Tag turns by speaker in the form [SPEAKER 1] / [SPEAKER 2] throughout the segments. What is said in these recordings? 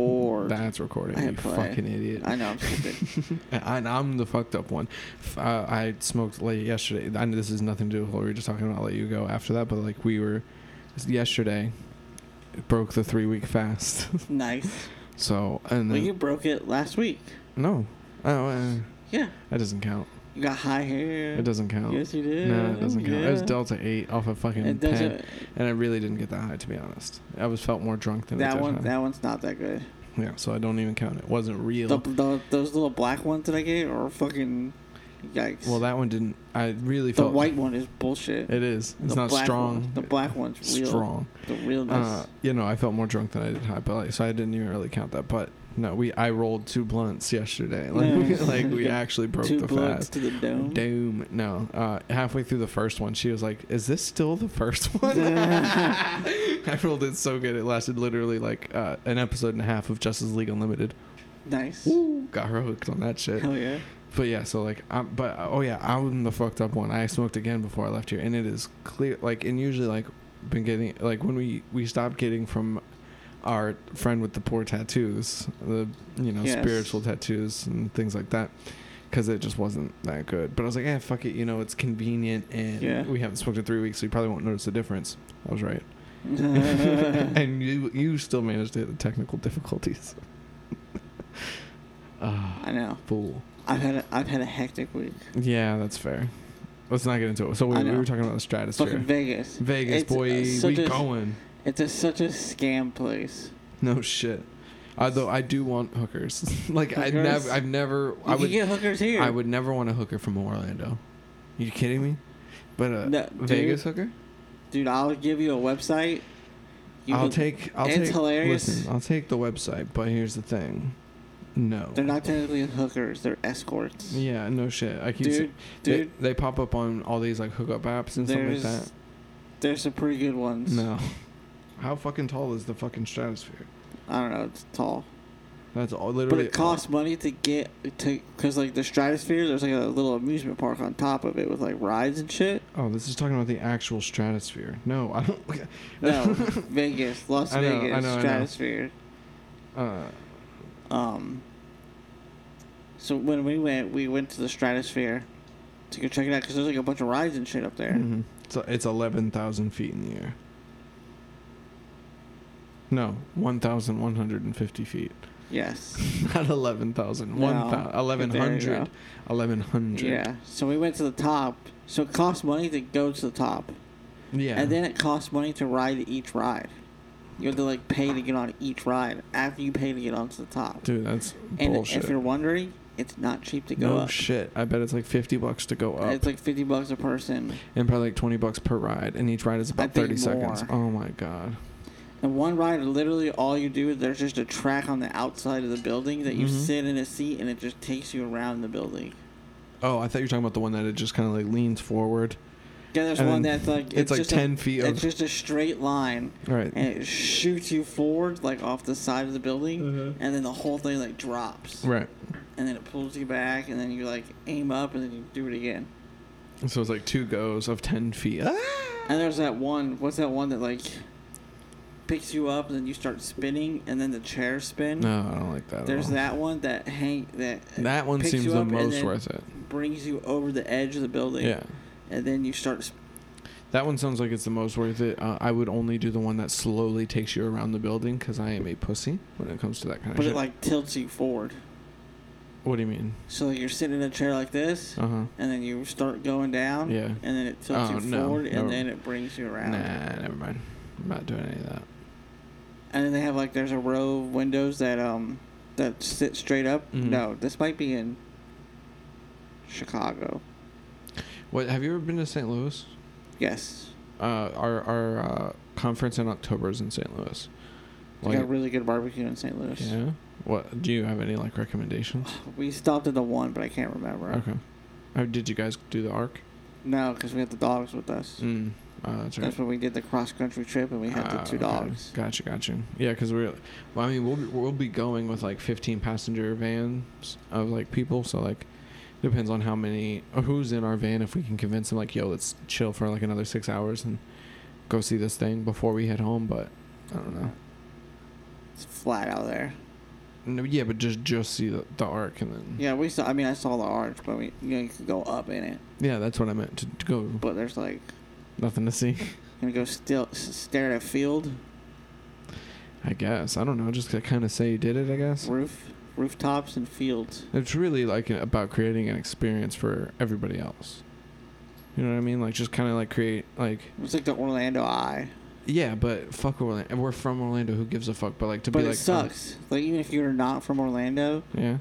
[SPEAKER 1] record.
[SPEAKER 2] That's recording.
[SPEAKER 1] I
[SPEAKER 2] you
[SPEAKER 1] hit play.
[SPEAKER 2] fucking idiot.
[SPEAKER 1] I know I'm stupid.
[SPEAKER 2] I, I'm the fucked up one. F- Uh, I smoked late yesterday. I know this is nothing to do with what we were just talking about. I'll let you go after that. But like we were yesterday, it broke the three week fast.
[SPEAKER 1] nice.
[SPEAKER 2] so and
[SPEAKER 1] Well,
[SPEAKER 2] then,
[SPEAKER 1] you broke it last week.
[SPEAKER 2] no, oh uh,
[SPEAKER 1] Yeah,
[SPEAKER 2] that doesn't count.
[SPEAKER 1] you got high hair.
[SPEAKER 2] It doesn't count.
[SPEAKER 1] Yes, you did.
[SPEAKER 2] no, it doesn't count. It was
[SPEAKER 1] Yeah.
[SPEAKER 2] Delta Eight off of fucking
[SPEAKER 1] It
[SPEAKER 2] ten,
[SPEAKER 1] doesn't.
[SPEAKER 2] and I really didn't get that high to be honest. I was felt more drunk than
[SPEAKER 1] That
[SPEAKER 2] the
[SPEAKER 1] one.
[SPEAKER 2] High.
[SPEAKER 1] That one's not that good.
[SPEAKER 2] Yeah, so I don't even count. It wasn't real.
[SPEAKER 1] The, the, those little black ones that I get are fucking yikes.
[SPEAKER 2] well, that one didn't. I really
[SPEAKER 1] the
[SPEAKER 2] felt
[SPEAKER 1] white one is bullshit.
[SPEAKER 2] It is. It's
[SPEAKER 1] The
[SPEAKER 2] not
[SPEAKER 1] black
[SPEAKER 2] strong.
[SPEAKER 1] One, the black one's real.
[SPEAKER 2] strong.
[SPEAKER 1] The realness.
[SPEAKER 2] Uh, you know, I felt more drunk than I did high, but like, so I didn't even really count that. But no, we I rolled two blunts yesterday. Like,
[SPEAKER 1] Yeah.
[SPEAKER 2] like we
[SPEAKER 1] Yeah.
[SPEAKER 2] actually broke
[SPEAKER 1] Two
[SPEAKER 2] the
[SPEAKER 1] blunts
[SPEAKER 2] fast.
[SPEAKER 1] to the dome.
[SPEAKER 2] Doom. No. Uh, halfway through the first one, she was like, "Is this still the first one?" I rolled it so good it lasted literally like uh, an episode and a half of Justice League Unlimited.
[SPEAKER 1] Nice.
[SPEAKER 2] Got her hooked on that shit.
[SPEAKER 1] Hell yeah.
[SPEAKER 2] But yeah, so like, I'm, but oh yeah, I'm the fucked up one. I smoked again before I left here, and it is clear. Like, and usually like, been getting like when we we stopped getting from our friend with the poor tattoos, the you know
[SPEAKER 1] Yes.
[SPEAKER 2] spiritual tattoos and things like that, because it just wasn't that good. But I was like, yeah, fuck it, you know, it's convenient, and
[SPEAKER 1] Yeah.
[SPEAKER 2] we haven't smoked in three weeks, so you probably won't notice the difference. I was right,
[SPEAKER 1] I
[SPEAKER 2] and you you still managed to hit the technical difficulties. Ah,
[SPEAKER 1] know.
[SPEAKER 2] fool.
[SPEAKER 1] I've had a, I've had a hectic week.
[SPEAKER 2] Yeah, that's fair. Let's not get into it. So
[SPEAKER 1] I
[SPEAKER 2] we, we
[SPEAKER 1] know.
[SPEAKER 2] were talking about the
[SPEAKER 1] Fucking
[SPEAKER 2] stratosphere.
[SPEAKER 1] Vegas.
[SPEAKER 2] Vegas,
[SPEAKER 1] It's, uh,
[SPEAKER 2] boy,
[SPEAKER 1] such
[SPEAKER 2] we
[SPEAKER 1] a-
[SPEAKER 2] going.
[SPEAKER 1] It's a, such a scam place.
[SPEAKER 2] No shit. Although I do want hookers. like I
[SPEAKER 1] Hookers?
[SPEAKER 2] never, I've never,
[SPEAKER 1] You
[SPEAKER 2] I
[SPEAKER 1] can
[SPEAKER 2] would,
[SPEAKER 1] get hookers here.
[SPEAKER 2] I would never want a hooker from Orlando. You kidding me? But uh,
[SPEAKER 1] No,
[SPEAKER 2] Vegas hooker?
[SPEAKER 1] Dude, I'll give you a website. You
[SPEAKER 2] I'll
[SPEAKER 1] can-
[SPEAKER 2] take. I'll
[SPEAKER 1] it's
[SPEAKER 2] take.
[SPEAKER 1] hilarious.
[SPEAKER 2] Listen, I'll take the website. But here's the thing. No.
[SPEAKER 1] They're not technically hookers. They're escorts.
[SPEAKER 2] Yeah, no shit. I keep.
[SPEAKER 1] Dude,
[SPEAKER 2] saying-
[SPEAKER 1] dude.
[SPEAKER 2] They, they pop up on all these like hookup apps and stuff like
[SPEAKER 1] There's
[SPEAKER 2] that.
[SPEAKER 1] there's some pretty good ones.
[SPEAKER 2] No. How fucking tall is the fucking stratosphere?
[SPEAKER 1] I don't know. It's tall.
[SPEAKER 2] That's all.
[SPEAKER 1] But
[SPEAKER 2] Literally,
[SPEAKER 1] it costs money to get to because like the stratosphere, there's like a little amusement park on top of it with like rides and shit.
[SPEAKER 2] Oh, this is talking about the actual stratosphere. No, I don't.
[SPEAKER 1] No, Vegas, Las
[SPEAKER 2] I know, I
[SPEAKER 1] Vegas,
[SPEAKER 2] know, I know.
[SPEAKER 1] stratosphere.
[SPEAKER 2] Uh,
[SPEAKER 1] Um. So when we went, we went to the stratosphere to go check it out because there's like a bunch of rides and shit up there.
[SPEAKER 2] mhm. So it's eleven thousand feet in the air. No, one thousand one hundred and fifty feet.
[SPEAKER 1] Yes.
[SPEAKER 2] Not eleven thousand.
[SPEAKER 1] No,
[SPEAKER 2] One thousand. Eleven
[SPEAKER 1] there you
[SPEAKER 2] hundred.
[SPEAKER 1] go.
[SPEAKER 2] Eleven hundred.
[SPEAKER 1] Yeah. So we went to the top. So it costs money to go to the top,
[SPEAKER 2] Yeah.
[SPEAKER 1] and then it costs money to ride each ride. You have to like pay to get on each ride after you pay to get onto the top.
[SPEAKER 2] Dude, that's
[SPEAKER 1] And
[SPEAKER 2] bullshit.
[SPEAKER 1] if you're wondering, it's not cheap to go
[SPEAKER 2] no
[SPEAKER 1] up.
[SPEAKER 2] shit. I bet it's like fifty bucks to go up,
[SPEAKER 1] It's like fifty bucks a person,
[SPEAKER 2] and probably like twenty bucks per ride, and each ride is about
[SPEAKER 1] think
[SPEAKER 2] thirty seconds.
[SPEAKER 1] more.
[SPEAKER 2] Oh my god.
[SPEAKER 1] and one ride literally all you do is there's just a track on the outside of the building that you
[SPEAKER 2] Mhm.
[SPEAKER 1] sit in a seat and it just takes you around the building.
[SPEAKER 2] Oh, I thought you were talking about the one that it just kind of like leans forward.
[SPEAKER 1] Yeah, there's
[SPEAKER 2] And
[SPEAKER 1] one
[SPEAKER 2] then
[SPEAKER 1] that's like
[SPEAKER 2] It's, like
[SPEAKER 1] just a-
[SPEAKER 2] ten feet of
[SPEAKER 1] It's just a straight line,
[SPEAKER 2] Right.
[SPEAKER 1] and it shoots you forward like off the side of the building, and then the whole thing like drops,
[SPEAKER 2] right.
[SPEAKER 1] and then it pulls you back, and then you like aim up, and then you do it again.
[SPEAKER 2] So it's like two goes of 10 feet.
[SPEAKER 1] And there's that one. What's that one that like picks you up, and then you start spinning, and then the chairs spin.
[SPEAKER 2] No, I don't like that. at
[SPEAKER 1] There's
[SPEAKER 2] all.
[SPEAKER 1] that one that hang that
[SPEAKER 2] That one
[SPEAKER 1] picks
[SPEAKER 2] seems
[SPEAKER 1] you
[SPEAKER 2] the
[SPEAKER 1] up and
[SPEAKER 2] most
[SPEAKER 1] then
[SPEAKER 2] worth it.
[SPEAKER 1] brings you over the edge of the building.
[SPEAKER 2] Yeah.
[SPEAKER 1] and then you start. sp-
[SPEAKER 2] That one sounds like it's the most worth it. Uh, I would only do the one that slowly takes you around the building because I am a pussy when it comes to that kind of
[SPEAKER 1] But
[SPEAKER 2] shit.
[SPEAKER 1] it like tilts you forward.
[SPEAKER 2] what do you mean?
[SPEAKER 1] So like you're sitting in a chair like this,
[SPEAKER 2] Uh huh.
[SPEAKER 1] and then you start going down.
[SPEAKER 2] Yeah.
[SPEAKER 1] And then it tilts you
[SPEAKER 2] Oh, no,
[SPEAKER 1] forward,
[SPEAKER 2] no.
[SPEAKER 1] and then it brings you
[SPEAKER 2] Nah,
[SPEAKER 1] around.
[SPEAKER 2] never mind. I'm not doing any of that.
[SPEAKER 1] And then they have like there's a row of windows that um that sit straight up.
[SPEAKER 2] Mhm.
[SPEAKER 1] No, this might be in Chicago.
[SPEAKER 2] What? Have you ever been to St. Louis?
[SPEAKER 1] Yes,
[SPEAKER 2] Uh, our our uh, conference in October is in St. Louis.
[SPEAKER 1] they got really good barbecue in St. Louis.
[SPEAKER 2] yeah. What? Do you have any like recommendations?
[SPEAKER 1] We stopped at the one, but I can't remember.
[SPEAKER 2] Okay. Uh, did you guys do the arc?
[SPEAKER 1] No, because we had the dogs with us.
[SPEAKER 2] Mm. Uh, that's right.
[SPEAKER 1] That's when we did the cross country trip, and we had
[SPEAKER 2] Ah,
[SPEAKER 1] the two
[SPEAKER 2] okay.
[SPEAKER 1] dogs.
[SPEAKER 2] Gotcha, gotcha. Yeah, because we're, well, I mean, we'll be, we'll be going with like 15 passenger vans of like people. So like, depends on how many or who's in our van. If we can convince them, like, yo, let's chill for like another six hours and go see this thing before we head home. But I don't know.
[SPEAKER 1] It's flat out there.
[SPEAKER 2] No, yeah, but just just see the, the arc and then.
[SPEAKER 1] Yeah, we saw. I mean, I saw the arch, but we you, know, you could go up in it.
[SPEAKER 2] Yeah, that's what I meant to, to go.
[SPEAKER 1] But there's like
[SPEAKER 2] Nothing to see.
[SPEAKER 1] gonna go still s- stare at a field
[SPEAKER 2] I guess I don't know. Just to kind of say you did it. I guess
[SPEAKER 1] roof, rooftops and fields.
[SPEAKER 2] it's really like about creating an experience for everybody else. You know what I mean? Like just kind of like create like
[SPEAKER 1] It's like the Orlando Eye,
[SPEAKER 2] yeah, but fuck Orlando. We're from Orlando. Who gives a fuck? But like to
[SPEAKER 1] but
[SPEAKER 2] be
[SPEAKER 1] it
[SPEAKER 2] like oh,
[SPEAKER 1] sucks. like even if you're not from Orlando,
[SPEAKER 2] yeah.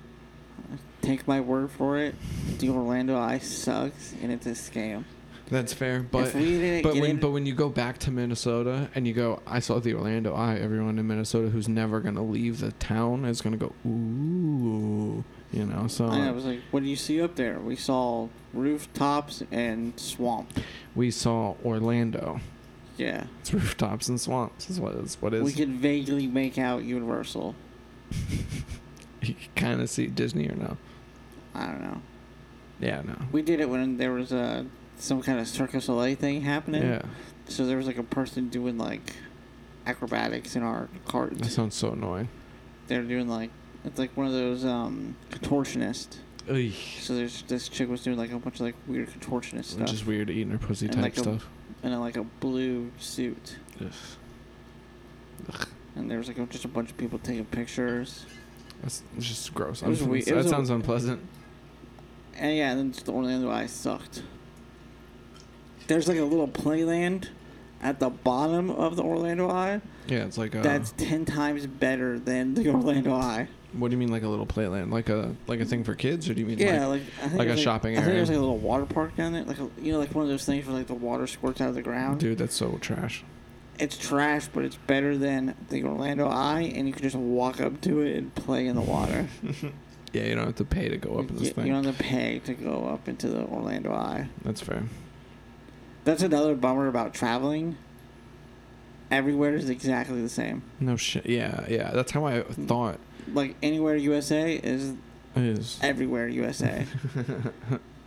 [SPEAKER 1] take my word for it. The Orlando Eye sucks, and it's a scam.
[SPEAKER 2] That's fair, but
[SPEAKER 1] if we didn't
[SPEAKER 2] but
[SPEAKER 1] get
[SPEAKER 2] when
[SPEAKER 1] in,
[SPEAKER 2] but when you go back to Minnesota and you go, I saw the Orlando Eye. Everyone in Minnesota who's never gonna leave the town is gonna go ooh, you know. So
[SPEAKER 1] I, know, I was like, what do you see up there? We saw rooftops and swamp.
[SPEAKER 2] we saw Orlando.
[SPEAKER 1] Yeah,
[SPEAKER 2] It's rooftops and swamps. Is what is what
[SPEAKER 1] we
[SPEAKER 2] is.
[SPEAKER 1] could vaguely make out Universal.
[SPEAKER 2] you can kind of see Disney or no?
[SPEAKER 1] I don't know.
[SPEAKER 2] Yeah, no.
[SPEAKER 1] We did it when there was a some kind of Circus du Soleil thing happening.
[SPEAKER 2] Yeah,
[SPEAKER 1] So there was like a person doing like acrobatics in our cart.
[SPEAKER 2] that sounds so annoying.
[SPEAKER 1] They're doing like it's like one of those um contortionists.
[SPEAKER 2] Ugh.
[SPEAKER 1] So there's this chick was doing like a bunch of like weird contortionist stuff
[SPEAKER 2] Which is weird, eating her pussy
[SPEAKER 1] And
[SPEAKER 2] type
[SPEAKER 1] like a-
[SPEAKER 2] stuff.
[SPEAKER 1] in a, like a blue suit.
[SPEAKER 2] Ugh.
[SPEAKER 1] And there was like just a bunch of people taking pictures.
[SPEAKER 2] That's it's just gross.
[SPEAKER 1] It was
[SPEAKER 2] I'm-
[SPEAKER 1] we- it
[SPEAKER 2] that
[SPEAKER 1] was a-
[SPEAKER 2] sounds unpleasant.
[SPEAKER 1] And yeah, and then just the Orlando Eye sucked. There's like a little playland at the bottom of the Orlando Eye
[SPEAKER 2] Yeah, it's like uh, a.
[SPEAKER 1] that's ten times better than the Orlando Eye.
[SPEAKER 2] What do you mean, like a little playland, like a like a thing for kids, or do you mean
[SPEAKER 1] Yeah, like,
[SPEAKER 2] like,
[SPEAKER 1] I think
[SPEAKER 2] like
[SPEAKER 1] it
[SPEAKER 2] a
[SPEAKER 1] was
[SPEAKER 2] shopping
[SPEAKER 1] I think
[SPEAKER 2] area.
[SPEAKER 1] there's like a little water park down there, like a, you know, like one of those things where like the water squirts out of the ground.
[SPEAKER 2] dude, that's so trash.
[SPEAKER 1] It's trash, but it's better than the Orlando Eye, and you can just walk up to it and play in the water.
[SPEAKER 2] Yeah, you don't have to pay to go up
[SPEAKER 1] you,
[SPEAKER 2] in this
[SPEAKER 1] you
[SPEAKER 2] thing.
[SPEAKER 1] don't have to pay to go up into the Orlando Eye.
[SPEAKER 2] that's fair.
[SPEAKER 1] That's another bummer about traveling. Everywhere is exactly the same.
[SPEAKER 2] No shit. Yeah, yeah. That's how I thought
[SPEAKER 1] Like anywhere USA is
[SPEAKER 2] it is.
[SPEAKER 1] everywhere USA.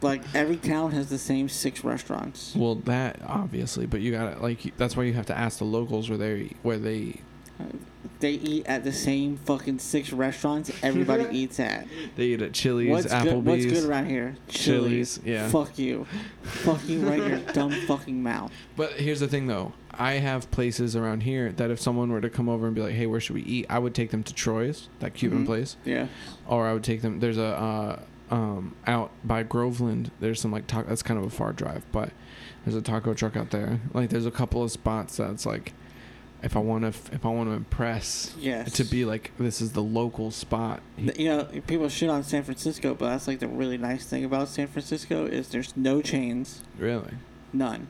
[SPEAKER 1] like every town has the same six restaurants.
[SPEAKER 2] Well, that obviously, but you gotta like. That's why you have to ask the locals where they where they
[SPEAKER 1] They eat at the same fucking six restaurants everybody eats at.
[SPEAKER 2] they eat at Chili's,
[SPEAKER 1] What's good, what's
[SPEAKER 2] Applebee's.
[SPEAKER 1] good around here?
[SPEAKER 2] Chili's, yeah.
[SPEAKER 1] Fuck you. fuck you right in your dumb fucking mouth.
[SPEAKER 2] But here's the thing, though. I have places around here that if someone were to come over and be like, "Hey, where should we eat?" I would take them to Troy's, that Cuban
[SPEAKER 1] Mhm.
[SPEAKER 2] place,
[SPEAKER 1] Yeah.
[SPEAKER 2] or I would take them. There's a uh, um, out by Groveland. There's some like taco. That's kind of a far drive, but there's a taco truck out there. Like there's a couple of spots that's like, if I want to, if I want to impress,
[SPEAKER 1] Yes.
[SPEAKER 2] to be like, this is the local spot.
[SPEAKER 1] Th- You know, people shit on San Francisco, but that's like the really nice thing about San Francisco is there's no chains,
[SPEAKER 2] Really,
[SPEAKER 1] none,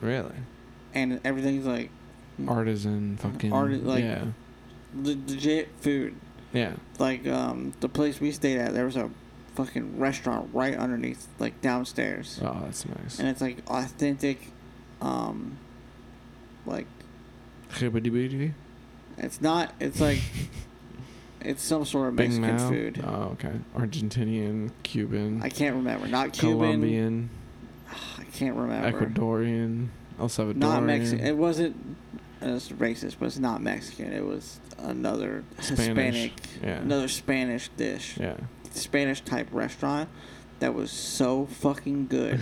[SPEAKER 2] really,
[SPEAKER 1] and everything's like
[SPEAKER 2] artisan fucking.
[SPEAKER 1] Arti- like-
[SPEAKER 2] yeah,
[SPEAKER 1] le- legit food.
[SPEAKER 2] yeah.
[SPEAKER 1] Like um, the place we stayed at, there was a fucking restaurant right underneath, like downstairs.
[SPEAKER 2] Oh, that's nice.
[SPEAKER 1] and it's like authentic um like
[SPEAKER 2] Jibbity-bibbity?
[SPEAKER 1] it's not it's like it's some sort of
[SPEAKER 2] Big
[SPEAKER 1] mexican
[SPEAKER 2] Mao?
[SPEAKER 1] food
[SPEAKER 2] Oh, okay. Argentinian, Cuban,
[SPEAKER 1] i can't remember not cuban
[SPEAKER 2] Colombian,
[SPEAKER 1] i can't remember
[SPEAKER 2] Ecuadorian, El Salvadorian.
[SPEAKER 1] not eh, mexican it wasn't uh, it's racist but it's not mexican it was another
[SPEAKER 2] Spanish.
[SPEAKER 1] hispanic
[SPEAKER 2] Yeah.
[SPEAKER 1] another spanish dish
[SPEAKER 2] Yeah.
[SPEAKER 1] spanish type restaurant that was so fucking good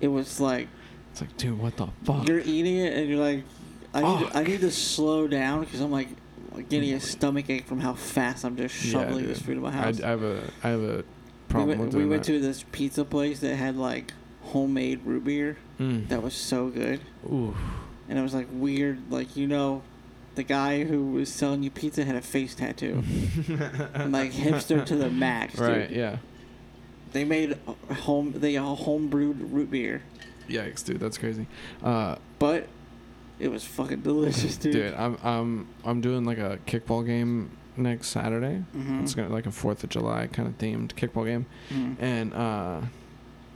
[SPEAKER 1] it was like
[SPEAKER 2] It's like, dude, what the fuck?
[SPEAKER 1] You're e- eating it and you're like, I need,
[SPEAKER 2] Fuck.
[SPEAKER 1] I need to slow down because I'm like getting a stomach ache from how fast I'm just
[SPEAKER 2] Yeah,
[SPEAKER 1] shoveling this
[SPEAKER 2] dude.
[SPEAKER 1] food in my
[SPEAKER 2] I-
[SPEAKER 1] house.
[SPEAKER 2] I, have a, I have a problem
[SPEAKER 1] we went,
[SPEAKER 2] with
[SPEAKER 1] we
[SPEAKER 2] doing
[SPEAKER 1] went
[SPEAKER 2] that.
[SPEAKER 1] to this pizza place that had like homemade root beer
[SPEAKER 2] Mm.
[SPEAKER 1] that was so good,
[SPEAKER 2] Ooh.
[SPEAKER 1] and it was like weird, like you know, the guy who was selling you pizza had a face tattoo, And, like hipster to the max. Dude.
[SPEAKER 2] Right, yeah.
[SPEAKER 1] They made a home they a home brewed root beer,
[SPEAKER 2] Yikes, dude, that's crazy. Uh,
[SPEAKER 1] but it was fucking delicious, dude.
[SPEAKER 2] dude, I'm, I'm, I'm doing like a kickball game next Saturday.
[SPEAKER 1] Mhm.
[SPEAKER 2] It's gonna like a Fourth of July kind of themed kickball game.
[SPEAKER 1] Mm.
[SPEAKER 2] and uh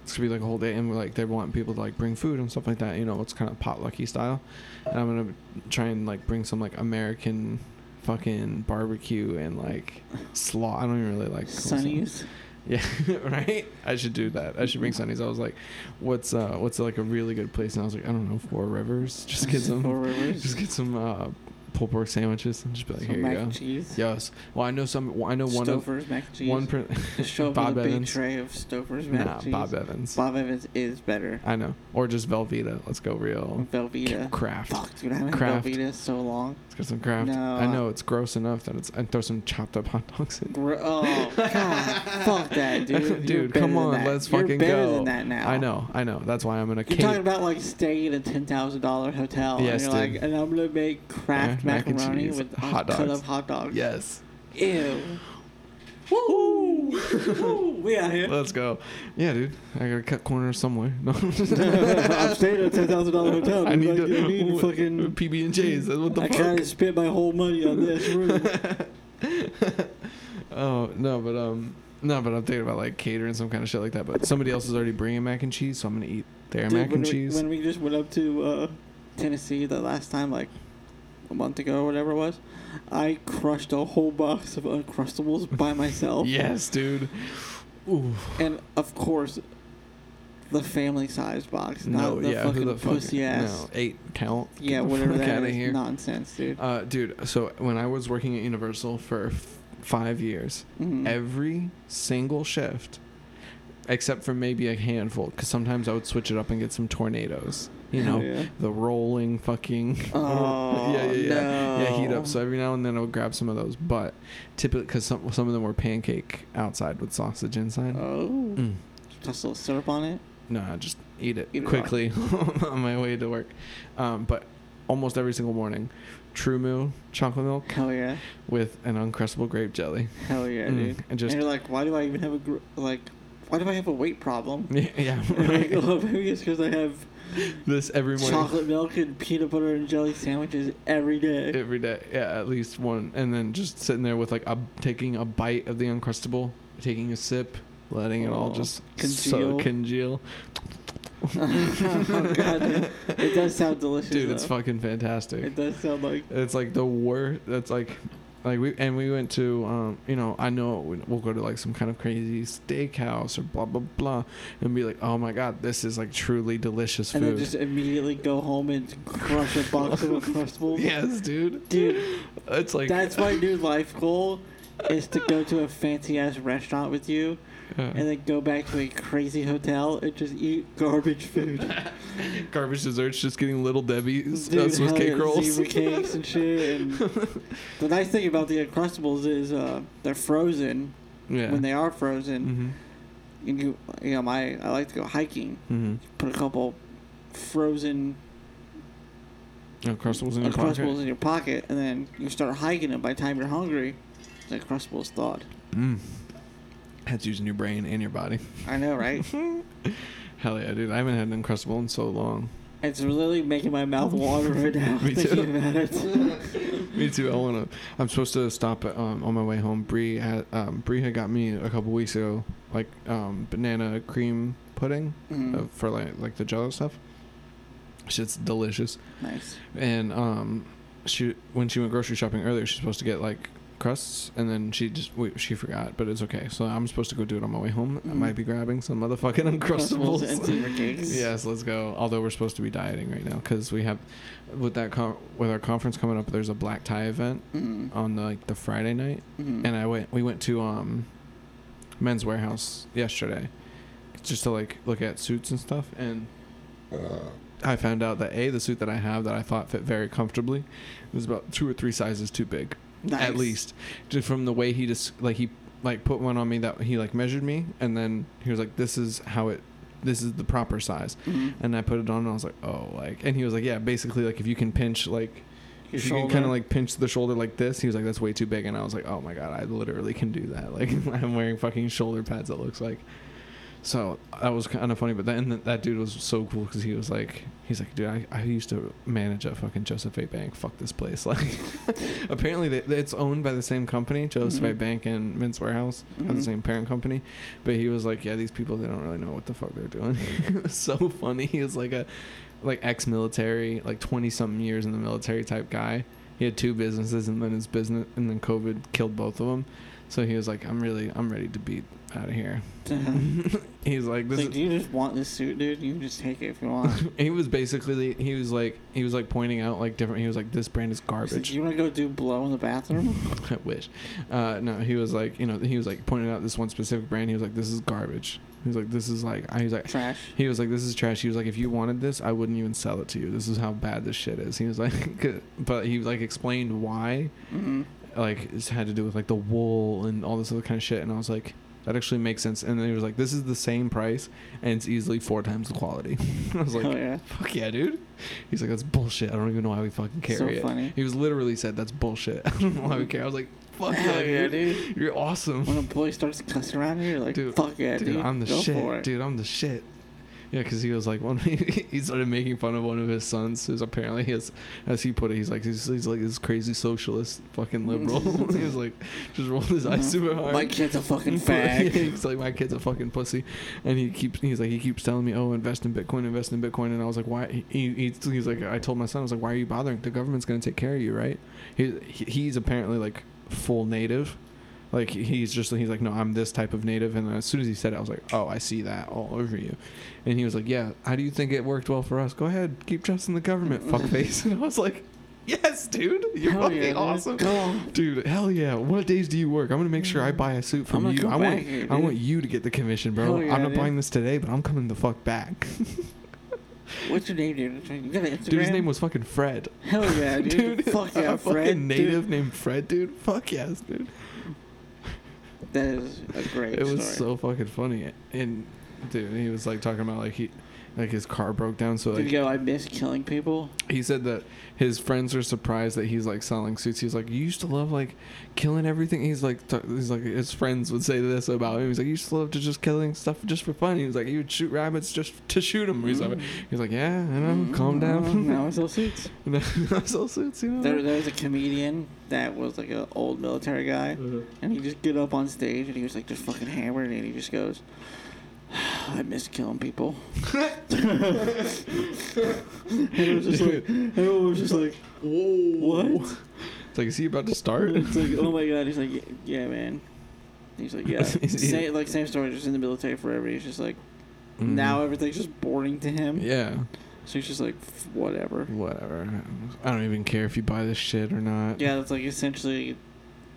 [SPEAKER 2] it's gonna be like a whole day and like they want people to like bring food and stuff like that you know it's kind of potlucky style and i'm gonna try and like bring some like american fucking barbecue and like slaw i don't even really like cold slaw.
[SPEAKER 1] Sonny's.
[SPEAKER 2] yeah right i should do that i should bring sunnies i was like what's uh what's like a really good place and i was like i don't know four rivers just get some
[SPEAKER 1] Four Rivers.
[SPEAKER 2] just get some uh pulled pork sandwiches and just be like,
[SPEAKER 1] Some
[SPEAKER 2] here
[SPEAKER 1] mac
[SPEAKER 2] you go.
[SPEAKER 1] and cheese.
[SPEAKER 2] Yes. Well, I know some. Well, I know one of
[SPEAKER 1] Stouffer's mac and cheese.
[SPEAKER 2] one. Per,
[SPEAKER 1] Just show up
[SPEAKER 2] Bob
[SPEAKER 1] with a big
[SPEAKER 2] Evans.
[SPEAKER 1] tray of Stouffer's mac
[SPEAKER 2] nah,
[SPEAKER 1] and cheese.
[SPEAKER 2] Bob Evans.
[SPEAKER 1] Bob Evans is better.
[SPEAKER 2] I know. Or just Velveeta. Let's go real.
[SPEAKER 1] Velveeta.
[SPEAKER 2] Craft.
[SPEAKER 1] Fuck, dude, I haven't had
[SPEAKER 2] Oh. Kraft.
[SPEAKER 1] Velveeta so long.
[SPEAKER 2] Let's get some craft.
[SPEAKER 1] No,
[SPEAKER 2] I
[SPEAKER 1] uh,
[SPEAKER 2] know it's gross enough that it's and throw some chopped up hot dogs in.
[SPEAKER 1] Bro, oh, come on. Fuck that, dude. You're
[SPEAKER 2] dude,
[SPEAKER 1] better
[SPEAKER 2] come
[SPEAKER 1] than
[SPEAKER 2] on,
[SPEAKER 1] that.
[SPEAKER 2] let's
[SPEAKER 1] You're
[SPEAKER 2] fucking
[SPEAKER 1] better
[SPEAKER 2] go.
[SPEAKER 1] than that now.
[SPEAKER 2] I know, I know. That's why I'm gonna.
[SPEAKER 1] You're talking about like staying in a ten thousand dollar hotel,
[SPEAKER 2] Yes,
[SPEAKER 1] and you're
[SPEAKER 2] dude.
[SPEAKER 1] like, and I'm gonna make Kraft
[SPEAKER 2] Yeah, mac and
[SPEAKER 1] macaroni
[SPEAKER 2] cheese,
[SPEAKER 1] with
[SPEAKER 2] hot
[SPEAKER 1] cut
[SPEAKER 2] dogs.
[SPEAKER 1] up hot dogs.
[SPEAKER 2] yes.
[SPEAKER 1] Ew. Woo! Woo! We out here.
[SPEAKER 2] Let's go. Yeah, dude. I gotta cut corners somewhere. No.
[SPEAKER 1] I'm staying at a ten thousand dollar hotel.
[SPEAKER 2] I
[SPEAKER 1] dude.
[SPEAKER 2] need
[SPEAKER 1] Like,
[SPEAKER 2] to
[SPEAKER 1] I need fucking.
[SPEAKER 2] PB and J's. What the
[SPEAKER 1] I
[SPEAKER 2] fuck?
[SPEAKER 1] gotta spend my whole money on this room.
[SPEAKER 2] oh no, but um, no, but I'm thinking about like catering some kind of shit like that. But somebody else is already bringing mac and cheese, so I'm gonna eat their
[SPEAKER 1] Dude,
[SPEAKER 2] mac
[SPEAKER 1] when
[SPEAKER 2] and
[SPEAKER 1] we,
[SPEAKER 2] cheese.
[SPEAKER 1] When we just went up to uh, Tennessee the last time, like a month ago or whatever it was, I crushed a whole box of Uncrustables by myself.
[SPEAKER 2] yes, dude. Ooh,
[SPEAKER 1] And of course, the family sized box,
[SPEAKER 2] no,
[SPEAKER 1] not the
[SPEAKER 2] yeah,
[SPEAKER 1] fucking
[SPEAKER 2] who the fuck?
[SPEAKER 1] pussy ass.
[SPEAKER 2] No, eight count.
[SPEAKER 1] Yeah,
[SPEAKER 2] Get the
[SPEAKER 1] whatever
[SPEAKER 2] fuck
[SPEAKER 1] that
[SPEAKER 2] outta
[SPEAKER 1] is.
[SPEAKER 2] here.
[SPEAKER 1] Nonsense, dude.
[SPEAKER 2] Uh, dude, so when I was working at Universal for f- five years,
[SPEAKER 1] Mhm.
[SPEAKER 2] every single shift, except for maybe a handful, because sometimes I would switch it up and get some tornadoes. You know,
[SPEAKER 1] Yeah.
[SPEAKER 2] the rolling fucking.
[SPEAKER 1] Oh,
[SPEAKER 2] yeah, yeah, yeah, yeah. Heat
[SPEAKER 1] no.
[SPEAKER 2] up. So every now and then I would grab some of those, but typically because some some of them were pancake outside with sausage inside.
[SPEAKER 1] Oh.
[SPEAKER 2] Mm.
[SPEAKER 1] Just a little syrup on it.
[SPEAKER 2] No, I just eat it
[SPEAKER 1] Eat it raw.
[SPEAKER 2] quickly on my way to work. Um, but almost every single morning, True Moo chocolate milk
[SPEAKER 1] Hell yeah.
[SPEAKER 2] with an uncrustable grape jelly.
[SPEAKER 1] Hell yeah,
[SPEAKER 2] Mm,
[SPEAKER 1] dude.
[SPEAKER 2] and just-
[SPEAKER 1] and you're like, why do I even have a, gr- like, why do I have a weight problem?
[SPEAKER 2] Yeah, yeah,
[SPEAKER 1] And I'm like,
[SPEAKER 2] right.
[SPEAKER 1] oh, maybe it's because I have
[SPEAKER 2] this every morning,
[SPEAKER 1] chocolate milk and peanut butter and jelly sandwiches every day.
[SPEAKER 2] every day. Yeah, at least one, and then just sitting there with like a taking a bite of the uncrustable, taking a sip, letting it all
[SPEAKER 1] Oh,
[SPEAKER 2] just
[SPEAKER 1] congeal.
[SPEAKER 2] so congeal.
[SPEAKER 1] oh, God, dude. It does sound delicious.
[SPEAKER 2] Dude, it's
[SPEAKER 1] though.
[SPEAKER 2] fucking fantastic.
[SPEAKER 1] It does sound like.
[SPEAKER 2] It's like the worst. That's like, like we and we went to, um, you know, I know we- we'll go to like some kind of crazy steakhouse or blah blah blah, and be like, oh my god, this is like truly delicious
[SPEAKER 1] And then
[SPEAKER 2] food.
[SPEAKER 1] just immediately go home and crush a box of Uncrustables.
[SPEAKER 2] yes, dude.
[SPEAKER 1] Dude,
[SPEAKER 2] It's like
[SPEAKER 1] that's my new life goal is to go to a fancy ass restaurant with you
[SPEAKER 2] yeah.
[SPEAKER 1] and then go back to a crazy hotel and just eat garbage food.
[SPEAKER 2] garbage desserts, just getting little Debbie's uh,
[SPEAKER 1] Dude,
[SPEAKER 2] Swiss
[SPEAKER 1] hell
[SPEAKER 2] cake
[SPEAKER 1] yeah,
[SPEAKER 2] rolls.
[SPEAKER 1] zebra cakes and shit. And the nice thing about the Uncrustables is uh, they're frozen
[SPEAKER 2] yeah.
[SPEAKER 1] when they are frozen.
[SPEAKER 2] mm-hmm.
[SPEAKER 1] you can, you know, my I like to go hiking.
[SPEAKER 2] Mm-hmm.
[SPEAKER 1] Put a couple frozen
[SPEAKER 2] Uncrustables in your
[SPEAKER 1] crustables
[SPEAKER 2] pocket.
[SPEAKER 1] in your pocket, and then you start hiking. And by the time you're hungry, the crustable's thawed.
[SPEAKER 2] Mm. That's using your brain and your body.
[SPEAKER 1] I know, right?
[SPEAKER 2] Hell yeah, dude! I haven't had an uncrustable in so long.
[SPEAKER 1] it's really making my mouth water right now.
[SPEAKER 2] Me
[SPEAKER 1] thinking
[SPEAKER 2] too.
[SPEAKER 1] about it. Mm-hmm.
[SPEAKER 2] Me too. I want to. I'm supposed to stop at, um, on my way home. Bree had um, Bree had got me a couple weeks ago, like um, banana cream pudding uh,
[SPEAKER 1] Mm,
[SPEAKER 2] for like like the Jello stuff. Shit's delicious.
[SPEAKER 1] nice.
[SPEAKER 2] And um, she when she went grocery shopping earlier, she's supposed to get like crusts, and then she just we, she forgot, but it's okay. So I'm supposed to go do it on my way home. I
[SPEAKER 1] Mm.
[SPEAKER 2] might be grabbing some motherfucking uncrustables.
[SPEAKER 1] and zebra cakes.
[SPEAKER 2] Yes, let's go. Although we're supposed to be dieting right now because we have, with that con- with our conference coming up, there's a black tie event
[SPEAKER 1] Mm,
[SPEAKER 2] on the, like the Friday night,
[SPEAKER 1] mm.
[SPEAKER 2] and I went. We went to um, Men's Warehouse yesterday, just to like look at suits and stuff. And I found out that a the suit that I have that I thought fit very comfortably was about two or three sizes too big,
[SPEAKER 1] Nice.
[SPEAKER 2] at least, just from the way he just like he like put one on me that he like measured me, and then he was like, "This is how it." This is the proper size,
[SPEAKER 1] Mm.
[SPEAKER 2] and I put it on, and I was like, "Oh, like," and he was like, "Yeah, basically, like if you can pinch, like,
[SPEAKER 1] Your
[SPEAKER 2] if you can
[SPEAKER 1] shoulder.
[SPEAKER 2] kind of like pinch the shoulder like this, he was like, "That's way too big," and I was like, "Oh my god, I literally can do that." Like I'm wearing fucking shoulder pads. It looks like. So that was kind of funny, but then that, that dude was so cool because he was like, he's like, dude, I, I used to manage a fucking Joseph A. Bank. Fuck this place. Like, apparently they, they- it's owned by the same company, Joseph A.
[SPEAKER 1] Mhm.
[SPEAKER 2] Bank and Mince Warehouse have
[SPEAKER 1] Mhm.
[SPEAKER 2] the same parent company. But he was like, yeah, these people they don't really know what the fuck they're doing. it was so funny. He was like a like ex-military, like twenty something years in the military type guy. He had two businesses, and then his business, and then COVID killed both of them. So he was like, "I'm really, I'm ready to be out of here." He's like, "This
[SPEAKER 1] Uh-huh. like,
[SPEAKER 2] is."
[SPEAKER 1] do you just want this suit, dude? You can just take it if you want. He's
[SPEAKER 2] He was basically, he was like, he was like pointing out like different. He was like, "This brand is
[SPEAKER 1] like,
[SPEAKER 2] garbage."
[SPEAKER 1] you want to go do blow in the bathroom?
[SPEAKER 2] I wish. Uh, no, he was like, you know, he was like pointing out this one specific brand. He was like, "This is garbage." He was like, "This is like," I was like,
[SPEAKER 1] Trash.
[SPEAKER 2] He was like, "This is trash." He was like, "If you wanted this, I wouldn't even sell it to you. This is how bad this shit is." He was like, but he like explained why,
[SPEAKER 1] Mm-hmm.
[SPEAKER 2] like it had to do with like the wool and all this other kind of shit. And I was like, that actually makes sense. And then he was like, "This is the same price, and it's easily four times the quality." I was like,
[SPEAKER 1] oh yeah.
[SPEAKER 2] "Fuck yeah, dude!" He's like, "That's bullshit. I don't even know why we fucking carry
[SPEAKER 1] So
[SPEAKER 2] it."
[SPEAKER 1] funny.
[SPEAKER 2] He was literally said, "That's bullshit. I don't know why we care." I was like, "Fuck yeah,
[SPEAKER 1] Hell yeah,
[SPEAKER 2] dude.
[SPEAKER 1] dude.
[SPEAKER 2] You're awesome."
[SPEAKER 1] When a boy starts cussing around you, you're like,
[SPEAKER 2] Dude,
[SPEAKER 1] fuck yeah, dude.
[SPEAKER 2] dude, I'm the
[SPEAKER 1] go For
[SPEAKER 2] shit.
[SPEAKER 1] it.
[SPEAKER 2] Dude, I'm the shit. Yeah, because he was like, one, he started making fun of one of his sons, who's apparently his, as he put it, he's like, he's, he's like this crazy socialist fucking liberal. he was like, just rolled his eyes super hard.
[SPEAKER 1] Mm-hmm. My kid's a fucking
[SPEAKER 2] Yeah,
[SPEAKER 1] fag.
[SPEAKER 2] he's like, my kid's a fucking pussy, and he keeps, he's like, he keeps telling me, oh, invest in Bitcoin, invest in Bitcoin, and I was like, why? He, he, he's like, I told my son, I was like, why are you bothering? The government's gonna take care of you, right? He, he he's apparently like full native, like he's just he's like, no, I'm this type of native, and as soon as he said it, I was like, oh, I see that all over you, and he was like, yeah, how do you think it worked well for us? Go ahead, keep trusting the government, fuckface, and I was like. Yes, dude, you're
[SPEAKER 1] Hell
[SPEAKER 2] fucking
[SPEAKER 1] yeah, dude.
[SPEAKER 2] awesome.
[SPEAKER 1] Go on.
[SPEAKER 2] Dude, hell yeah! What days do you work? I'm gonna make sure I buy a suit from
[SPEAKER 1] I'm gonna
[SPEAKER 2] you.
[SPEAKER 1] come
[SPEAKER 2] I want,
[SPEAKER 1] back here,
[SPEAKER 2] I
[SPEAKER 1] dude.
[SPEAKER 2] want you to get the commission, bro.
[SPEAKER 1] Hell yeah,
[SPEAKER 2] I'm not
[SPEAKER 1] dude.
[SPEAKER 2] buying this today, but I'm coming the fuck back.
[SPEAKER 1] What's your name, dude? You got an Instagram?
[SPEAKER 2] Dude, his name was fucking Fred.
[SPEAKER 1] Hell yeah, dude. fuck yeah,
[SPEAKER 2] a
[SPEAKER 1] Fred.
[SPEAKER 2] fucking native named Fred, dude. Fuck yes, dude.
[SPEAKER 1] Dude, that is a great
[SPEAKER 2] it was
[SPEAKER 1] story.
[SPEAKER 2] so fucking funny, and dude, he was like talking about like he, like his car broke down, so
[SPEAKER 1] Did
[SPEAKER 2] like
[SPEAKER 1] you go, I miss killing people?
[SPEAKER 2] he said that his friends are surprised that he's like selling suits. He's like, you used to love like killing everything. He's like, t- he's like, his friends would say this about him. He's like, you used to love to just killing stuff just for fun. He was like, you would shoot rabbits just to shoot them. He's like,
[SPEAKER 1] Mm.
[SPEAKER 2] he's like, yeah, I know,
[SPEAKER 1] Mm,
[SPEAKER 2] calm down.
[SPEAKER 1] Now it's all suits.
[SPEAKER 2] No, sell suits, you know.
[SPEAKER 1] There, there was a comedian that was like an old military guy, and he just get up on stage and he was like just fucking hammered, and he just goes, "I miss killing people." and it was just like, everyone was just like,
[SPEAKER 2] Whoa!
[SPEAKER 1] "What?"
[SPEAKER 2] It's like, is he about to start?
[SPEAKER 1] It's like, "Oh my god!" He's like, "Yeah, "Yeah, man." He's like, "Yeah." same, like same story, just in the military forever. He's just like,
[SPEAKER 2] Mhm.
[SPEAKER 1] now everything's just boring to him,
[SPEAKER 2] Yeah.
[SPEAKER 1] so he's just like, "F- whatever.
[SPEAKER 2] Whatever. I don't even care if you buy this shit or not.
[SPEAKER 1] Yeah, that's like essentially,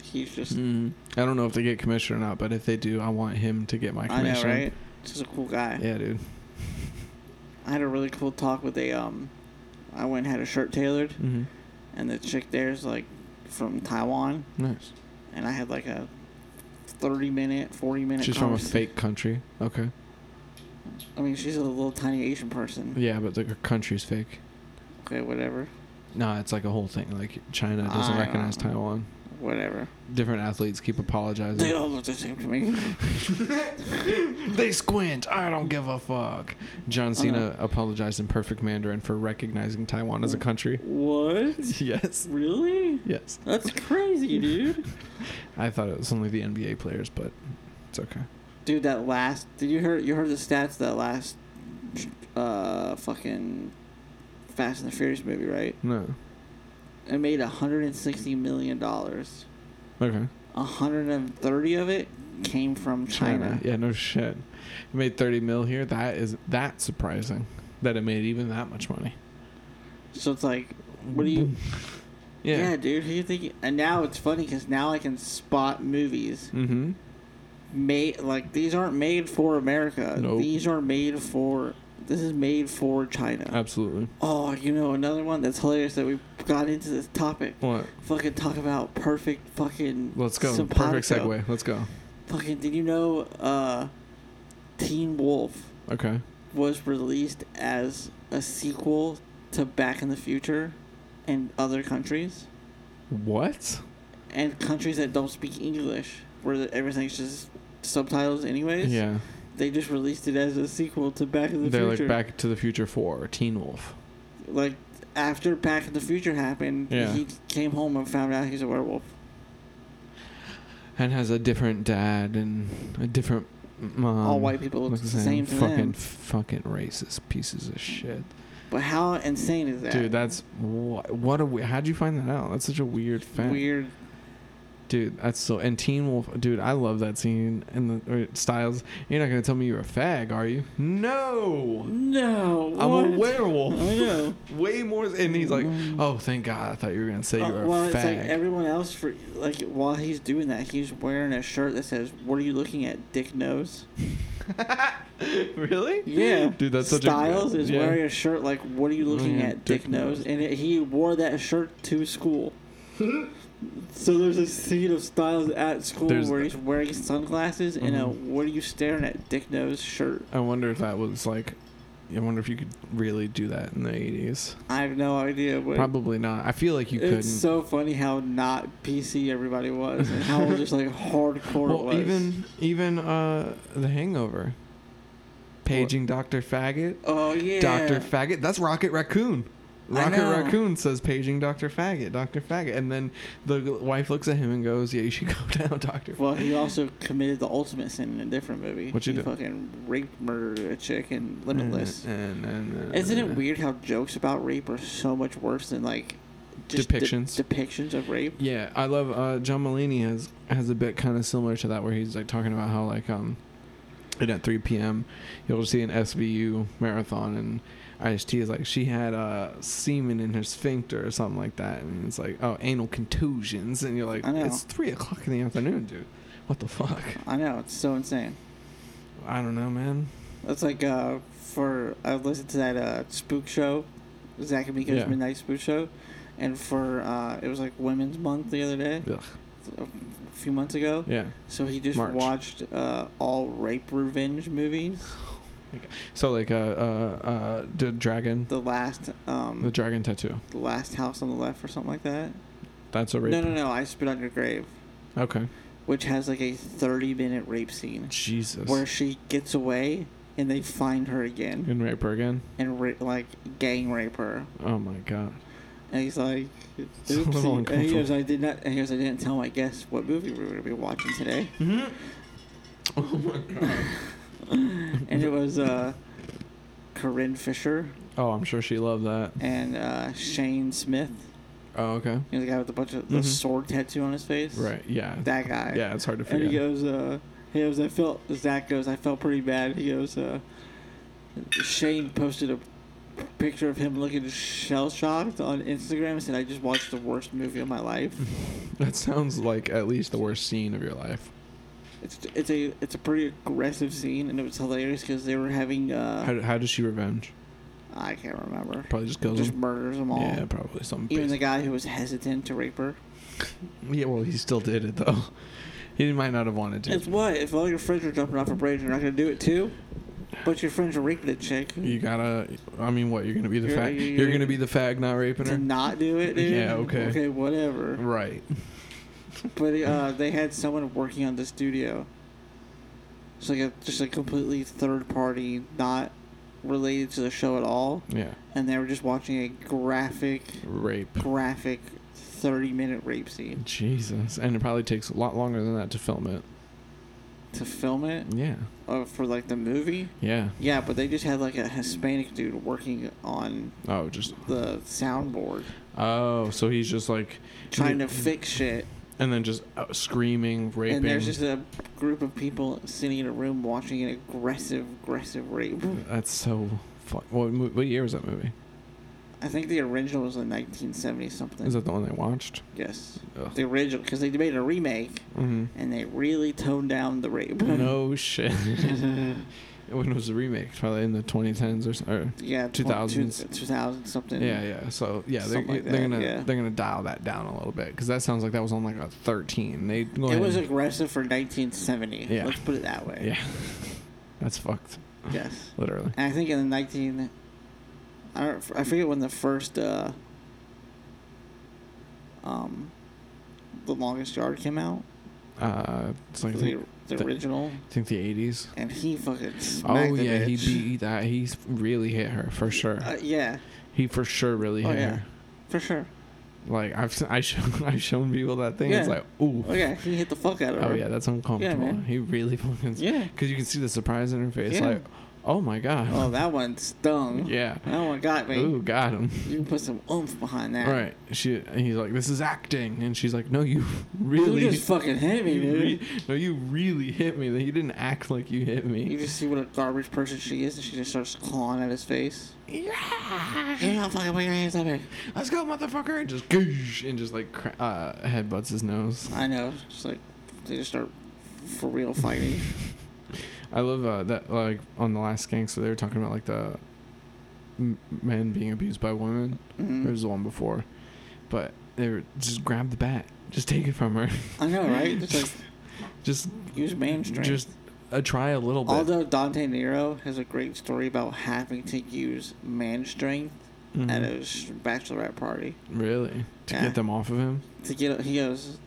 [SPEAKER 1] he's just.
[SPEAKER 2] Mm. I don't know if they get commission or not, but if they do, I want him to get my
[SPEAKER 1] I know,
[SPEAKER 2] commission.
[SPEAKER 1] right? Just a cool guy.
[SPEAKER 2] Yeah, dude.
[SPEAKER 1] I had a really cool talk with a um I went and had a shirt tailored
[SPEAKER 2] Mm-hmm.
[SPEAKER 1] and the chick there's like from Taiwan
[SPEAKER 2] Nice.
[SPEAKER 1] and I had like a thirty minute, forty minute
[SPEAKER 2] She's from a
[SPEAKER 1] conversa-
[SPEAKER 2] fake country. Okay.
[SPEAKER 1] Mm-hmm. I mean she's a little tiny Asian person.
[SPEAKER 2] Yeah, but like her country's fake.
[SPEAKER 1] Okay, whatever.
[SPEAKER 2] No, it's like a whole thing. Like China doesn't
[SPEAKER 1] I
[SPEAKER 2] recognize
[SPEAKER 1] don't know.
[SPEAKER 2] Taiwan.
[SPEAKER 1] Whatever.
[SPEAKER 2] Different athletes keep
[SPEAKER 1] They
[SPEAKER 2] apologizing.
[SPEAKER 1] all look the same to me.
[SPEAKER 2] they squint. I don't give a fuck. John Cena apologized in perfect Mandarin for recognizing Taiwan
[SPEAKER 1] Mm.
[SPEAKER 2] as a country.
[SPEAKER 1] what?
[SPEAKER 2] Yes.
[SPEAKER 1] Really?
[SPEAKER 2] Yes.
[SPEAKER 1] That's crazy, dude.
[SPEAKER 2] I thought it was only the NBA players, but it's okay.
[SPEAKER 1] Dude, that last did you hear you heard the stats that last uh fucking Fast and the Furious movie, right?
[SPEAKER 2] No.
[SPEAKER 1] It made 160 million dollars.
[SPEAKER 2] Okay.
[SPEAKER 1] 130 of it came from China.
[SPEAKER 2] Yeah, no shit. It made 30 mil here. That is that surprising that it made even that much money.
[SPEAKER 1] So it's like, what do you? Yeah, dude. Who you think? And now it's funny because now I can spot movies
[SPEAKER 2] Mm-hmm.
[SPEAKER 1] made like these aren't made for America.
[SPEAKER 2] Nope.
[SPEAKER 1] These are made for. This is made for China.
[SPEAKER 2] Absolutely.
[SPEAKER 1] oh, you know another one that's hilarious that we got into this topic.
[SPEAKER 2] What?
[SPEAKER 1] Fucking talk about perfect fucking.
[SPEAKER 2] Let's go. Perfect
[SPEAKER 1] simpatico.
[SPEAKER 2] segue. Let's go.
[SPEAKER 1] Fucking. Did you know? Uh, Teen Wolf.
[SPEAKER 2] Okay.
[SPEAKER 1] was released as a sequel to Back in the Future in other countries.
[SPEAKER 2] What?
[SPEAKER 1] And countries that don't speak English, where the- everything's just subtitles, anyways.
[SPEAKER 2] Yeah.
[SPEAKER 1] They just released it as a sequel to Back in the
[SPEAKER 2] They're
[SPEAKER 1] Future.
[SPEAKER 2] like Back to the Future 4 or Teen Wolf.
[SPEAKER 1] Like, after Back in the Future happened,
[SPEAKER 2] Yeah.
[SPEAKER 1] he came home and found out he's a werewolf.
[SPEAKER 2] And has a different dad and a different mom.
[SPEAKER 1] All white people look
[SPEAKER 2] Looks
[SPEAKER 1] the same to
[SPEAKER 2] fucking
[SPEAKER 1] them.
[SPEAKER 2] fucking racist pieces of shit.
[SPEAKER 1] But how insane is that?
[SPEAKER 2] Dude, that's what, what a we- how'd you find that out? That's such a weird fact.
[SPEAKER 1] weird.
[SPEAKER 2] Dude, that's so and Teen Wolf. Dude, I love that scene and the or Styles. You're not gonna tell me you're a fag, are you? No,
[SPEAKER 1] No.
[SPEAKER 2] I'm
[SPEAKER 1] what?
[SPEAKER 2] a werewolf.
[SPEAKER 1] I know.
[SPEAKER 2] Way more. And he's like, oh, thank God. I thought you were gonna say
[SPEAKER 1] Uh,
[SPEAKER 2] you're
[SPEAKER 1] well,
[SPEAKER 2] a
[SPEAKER 1] it's like
[SPEAKER 2] fag.
[SPEAKER 1] everyone else for like while he's doing that, he's wearing a shirt that says, "What are you looking at, Dick Nose?"
[SPEAKER 2] really?
[SPEAKER 1] Yeah,
[SPEAKER 2] Dude, that's such
[SPEAKER 1] Styles
[SPEAKER 2] a
[SPEAKER 1] is
[SPEAKER 2] yeah. Oh,
[SPEAKER 1] wearing a shirt like, "What are you looking
[SPEAKER 2] Yeah,
[SPEAKER 1] at, Dick,
[SPEAKER 2] Dick
[SPEAKER 1] Nose?"
[SPEAKER 2] Nose.
[SPEAKER 1] And it, he wore that shirt to school. so there's a scene of Styles at school
[SPEAKER 2] There's-
[SPEAKER 1] where he's wearing sunglasses and a
[SPEAKER 2] Mhm.
[SPEAKER 1] "What are you staring at, Dick Nose?" shirt.
[SPEAKER 2] I wonder if that was like. I wonder if you could really do that in the 80s.
[SPEAKER 1] I have no idea, but
[SPEAKER 2] Probably not. I feel like you
[SPEAKER 1] it's
[SPEAKER 2] couldn't.
[SPEAKER 1] so funny how not PC everybody was and how just like hardcore it
[SPEAKER 2] well,
[SPEAKER 1] was.
[SPEAKER 2] even even uh, the Hangover, paging Doctor Faggot,
[SPEAKER 1] oh yeah,
[SPEAKER 2] Doctor Faggot. That's Rocket Raccoon.
[SPEAKER 1] I
[SPEAKER 2] Rocket
[SPEAKER 1] know.
[SPEAKER 2] Raccoon says paging Doctor Faggot, Doctor Faggot, and then the wife looks at him and goes, "Yeah, you should go down, Doctor."
[SPEAKER 1] Well, he also committed the ultimate sin in a different movie.
[SPEAKER 2] What'd you
[SPEAKER 1] he
[SPEAKER 2] do?
[SPEAKER 1] Fucking raped, murdered a chick in Limitless.
[SPEAKER 2] And, and, and-
[SPEAKER 1] Isn't it weird how jokes about rape are so much worse than like de-
[SPEAKER 2] Depictions.
[SPEAKER 1] depictions of rape?
[SPEAKER 2] Yeah, I love uh, John Mulaney has has a bit kind of similar to that where he's like talking about how like um, and at 3 p.m. you'll see an SVU marathon and Ice T is like she had uh, semen in her sphincter or something like that, and it's like oh anal contusions, and you're like
[SPEAKER 1] I know.
[SPEAKER 2] it's three o'clock in the afternoon, dude. What the fuck?
[SPEAKER 1] I know it's so insane.
[SPEAKER 2] I don't know, man.
[SPEAKER 1] That's like uh, for I listened to that uh, spook show, Zach and Miko's
[SPEAKER 2] Yeah.
[SPEAKER 1] Midnight Spook Show, and for uh, it was like Women's Month the other day,
[SPEAKER 2] Ugh.
[SPEAKER 1] a few months ago.
[SPEAKER 2] Yeah.
[SPEAKER 1] So he just
[SPEAKER 2] March.
[SPEAKER 1] watched uh, all rape revenge movies.
[SPEAKER 2] So like uh uh, uh the dragon,
[SPEAKER 1] The last um,
[SPEAKER 2] the dragon tattoo.
[SPEAKER 1] the last house on the left or something like that.
[SPEAKER 2] That's a rape.
[SPEAKER 1] No, no, no. I spit on your grave,
[SPEAKER 2] Okay.
[SPEAKER 1] which has like a thirty-minute rape scene
[SPEAKER 2] Jesus.
[SPEAKER 1] where she gets away and they find her again
[SPEAKER 2] and rape her again.
[SPEAKER 1] and ra- like gang rape her.
[SPEAKER 2] Oh my god.
[SPEAKER 1] And he's like,
[SPEAKER 2] a little
[SPEAKER 1] "Oopsie." and he
[SPEAKER 2] uncomfortable.
[SPEAKER 1] goes, "I did not." And he goes, "I didn't tell my guests what movie we were gonna be watching today."
[SPEAKER 2] Mm-hmm. Oh my god.
[SPEAKER 1] and it was uh, Corinne Fisher
[SPEAKER 2] Oh, I'm sure she loved that.
[SPEAKER 1] and uh, Shane Smith.
[SPEAKER 2] Oh, okay.
[SPEAKER 1] You know, the guy with a bunch of the
[SPEAKER 2] Mhm.
[SPEAKER 1] sword tattoo on his face.
[SPEAKER 2] Right. Yeah.
[SPEAKER 1] That guy.
[SPEAKER 2] Yeah, it's hard to
[SPEAKER 1] And
[SPEAKER 2] forget.
[SPEAKER 1] he goes, uh, he goes, I felt, Zach goes, I felt pretty bad. He goes, uh, Shane posted a picture of him looking shell shocked on Instagram and said, I just watched the worst movie of my life.
[SPEAKER 2] that sounds like at least the worst scene of your life.
[SPEAKER 1] It's, it's a, it's a pretty aggressive scene and it was hilarious because they were having, uh,
[SPEAKER 2] How, how does she revenge?
[SPEAKER 1] I can't remember.
[SPEAKER 2] Probably just kills
[SPEAKER 1] Just
[SPEAKER 2] him.
[SPEAKER 1] murders them all.
[SPEAKER 2] Yeah, probably something.
[SPEAKER 1] Even the
[SPEAKER 2] basic.
[SPEAKER 1] guy who was hesitant to rape her.
[SPEAKER 2] yeah, well, he still did it though. He might not have wanted to.
[SPEAKER 1] It's what? If all your friends are jumping off a bridge, you're not going to do it too? But your friends are raping a chick.
[SPEAKER 2] You gotta. I mean, what? You're gonna be the
[SPEAKER 1] You're-
[SPEAKER 2] fag.
[SPEAKER 1] you-
[SPEAKER 2] You're gonna be the fag, not raping
[SPEAKER 1] to
[SPEAKER 2] her.
[SPEAKER 1] not do it, dude.
[SPEAKER 2] Yeah, okay.
[SPEAKER 1] Okay, whatever.
[SPEAKER 2] Right.
[SPEAKER 1] But uh, they had someone working on the studio. It's like a just a completely third party, not related to the show at all,
[SPEAKER 2] Yeah.
[SPEAKER 1] and they were just watching a graphic,
[SPEAKER 2] Rape.
[SPEAKER 1] graphic, thirty minute rape scene
[SPEAKER 2] Jesus. And it probably takes a lot longer than that to film it.
[SPEAKER 1] to film it
[SPEAKER 2] Yeah.
[SPEAKER 1] uh, for like the movie.
[SPEAKER 2] Yeah.
[SPEAKER 1] Yeah, but they just had like a Hispanic dude working on
[SPEAKER 2] Oh, just.
[SPEAKER 1] the soundboard,
[SPEAKER 2] Oh, so he's just like.
[SPEAKER 1] trying to fix shit,
[SPEAKER 2] and then just uh, screaming, raping.
[SPEAKER 1] and there's just a group of people sitting in a room watching an aggressive, aggressive rape.
[SPEAKER 2] That's so fun. What, mo- what year was that movie?
[SPEAKER 1] I think the original was in 1970 something.
[SPEAKER 2] Is that the one I watched?
[SPEAKER 1] yes,
[SPEAKER 2] Ugh.
[SPEAKER 1] the original because they made a remake
[SPEAKER 2] Mhm.
[SPEAKER 1] and they really toned down the rape.
[SPEAKER 2] No shit. when was the remake? Probably in the 2010s or, s- or
[SPEAKER 1] yeah,
[SPEAKER 2] 2000s.
[SPEAKER 1] 2000 something.
[SPEAKER 2] yeah, yeah. So yeah, they're,
[SPEAKER 1] Something like
[SPEAKER 2] they're
[SPEAKER 1] that,
[SPEAKER 2] gonna
[SPEAKER 1] yeah.
[SPEAKER 2] they're gonna dial that down a little bit because that sounds like that was on like a 13. They go
[SPEAKER 1] It
[SPEAKER 2] ahead
[SPEAKER 1] was
[SPEAKER 2] and-
[SPEAKER 1] aggressive for 1970.
[SPEAKER 2] Yeah.
[SPEAKER 1] Let's put it that way.
[SPEAKER 2] yeah. That's fucked.
[SPEAKER 1] Yes.
[SPEAKER 2] Literally.
[SPEAKER 1] And I think in the 19, I don't, I forget when the first, uh, um, the longest yard came out.
[SPEAKER 2] Uh, it's like I
[SPEAKER 1] The,
[SPEAKER 2] think,
[SPEAKER 1] the
[SPEAKER 2] the-
[SPEAKER 1] original,
[SPEAKER 2] I think the 80s.
[SPEAKER 1] and he fucking smacked
[SPEAKER 2] Oh
[SPEAKER 1] the
[SPEAKER 2] yeah, he
[SPEAKER 1] bitch.
[SPEAKER 2] beat that. He really hit her for sure.
[SPEAKER 1] Uh, yeah,
[SPEAKER 2] He for sure really
[SPEAKER 1] Oh,
[SPEAKER 2] hit
[SPEAKER 1] yeah.
[SPEAKER 2] her.
[SPEAKER 1] for sure.
[SPEAKER 2] Like I've s- I show, I've shown people that thing. It's
[SPEAKER 1] Yeah.
[SPEAKER 2] like ooh.
[SPEAKER 1] Oh yeah, he hit the fuck out of her.
[SPEAKER 2] Oh yeah, that's Oh, uncomfortable.
[SPEAKER 1] man.
[SPEAKER 2] he really fucking
[SPEAKER 1] Yeah.
[SPEAKER 2] because you can see the surprise in her face.
[SPEAKER 1] Yeah.
[SPEAKER 2] Like Oh my god.
[SPEAKER 1] Oh, that one stung.
[SPEAKER 2] Yeah.
[SPEAKER 1] That one got me.
[SPEAKER 2] Ooh, got him.
[SPEAKER 1] You can put some oomph behind that.
[SPEAKER 2] Right. She and he's like, "This is acting," and she's like, "No, you
[SPEAKER 1] You
[SPEAKER 2] really,
[SPEAKER 1] just fucking hit me,
[SPEAKER 2] you
[SPEAKER 1] dude.
[SPEAKER 2] re- no, you really hit me. You didn't act like you hit
[SPEAKER 1] You
[SPEAKER 2] me."
[SPEAKER 1] just see what a garbage person she is, and she just starts clawing at his face. Hey,
[SPEAKER 2] Yeah.
[SPEAKER 1] I'll fucking put your hands up here.
[SPEAKER 2] Let's go, motherfucker! And just goosh, and just like cra- uh, headbutts his nose.
[SPEAKER 1] I know. It's like they just start for real fighting.
[SPEAKER 2] I love uh, that. Like on the last gang, so they were talking about like the m- men being abused by women. There
[SPEAKER 1] Mhm.
[SPEAKER 2] was the one before, but they were just grab the bat, just take it from her,
[SPEAKER 1] I know, right? It's like
[SPEAKER 2] just
[SPEAKER 1] use man strength.
[SPEAKER 2] just uh, try a little bit.
[SPEAKER 1] Although Dante Nero has a great story about having to use man strength
[SPEAKER 2] Mhm.
[SPEAKER 1] at his bachelorette party
[SPEAKER 2] Really? To
[SPEAKER 1] Yeah.
[SPEAKER 2] get them off of him?
[SPEAKER 1] to get. He goes.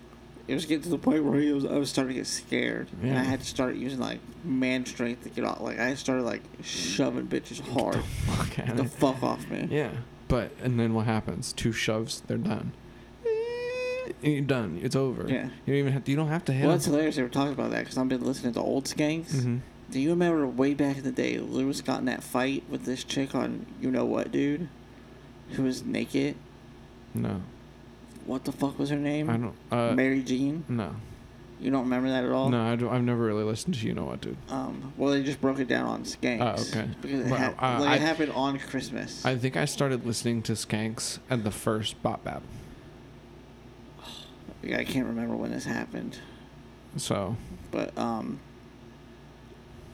[SPEAKER 1] It was getting to the point where he was. I was starting to get scared, and I
[SPEAKER 2] Yeah.
[SPEAKER 1] had to start using like man strength to get off. Like I started like shoving bitches hard.
[SPEAKER 2] Fuck
[SPEAKER 1] Get
[SPEAKER 2] outta
[SPEAKER 1] the
[SPEAKER 2] here.
[SPEAKER 1] fuck off me.
[SPEAKER 2] Yeah. But and then what happens? Two shoves, they're done. You're done. It's over.
[SPEAKER 1] Yeah.
[SPEAKER 2] You don't even have to, you don't have to hit Mm-hmm.
[SPEAKER 1] Well, it's hilarious they were talking about that because I've been listening to old skanks.
[SPEAKER 2] him.
[SPEAKER 1] Do you remember way back in the day, Lewis got in that fight with this chick on You Know What Dude? Who was naked?
[SPEAKER 2] hmm No.
[SPEAKER 1] What the fuck was her name?
[SPEAKER 2] I don't uh
[SPEAKER 1] Mary Oh. Jean?
[SPEAKER 2] no.
[SPEAKER 1] You don't remember that at all?
[SPEAKER 2] No, I don't, I've never really listened to you know what, dude.
[SPEAKER 1] Um, well, they just broke it down on Skanks.
[SPEAKER 2] Oh, okay.
[SPEAKER 1] Because it,
[SPEAKER 2] Well,
[SPEAKER 1] hap-
[SPEAKER 2] uh,
[SPEAKER 1] like, it
[SPEAKER 2] I-
[SPEAKER 1] happened on Christmas.
[SPEAKER 2] I think I started listening to Skanks at the first Bop Bap.
[SPEAKER 1] yeah, I can't remember when this happened.
[SPEAKER 2] So
[SPEAKER 1] But, um,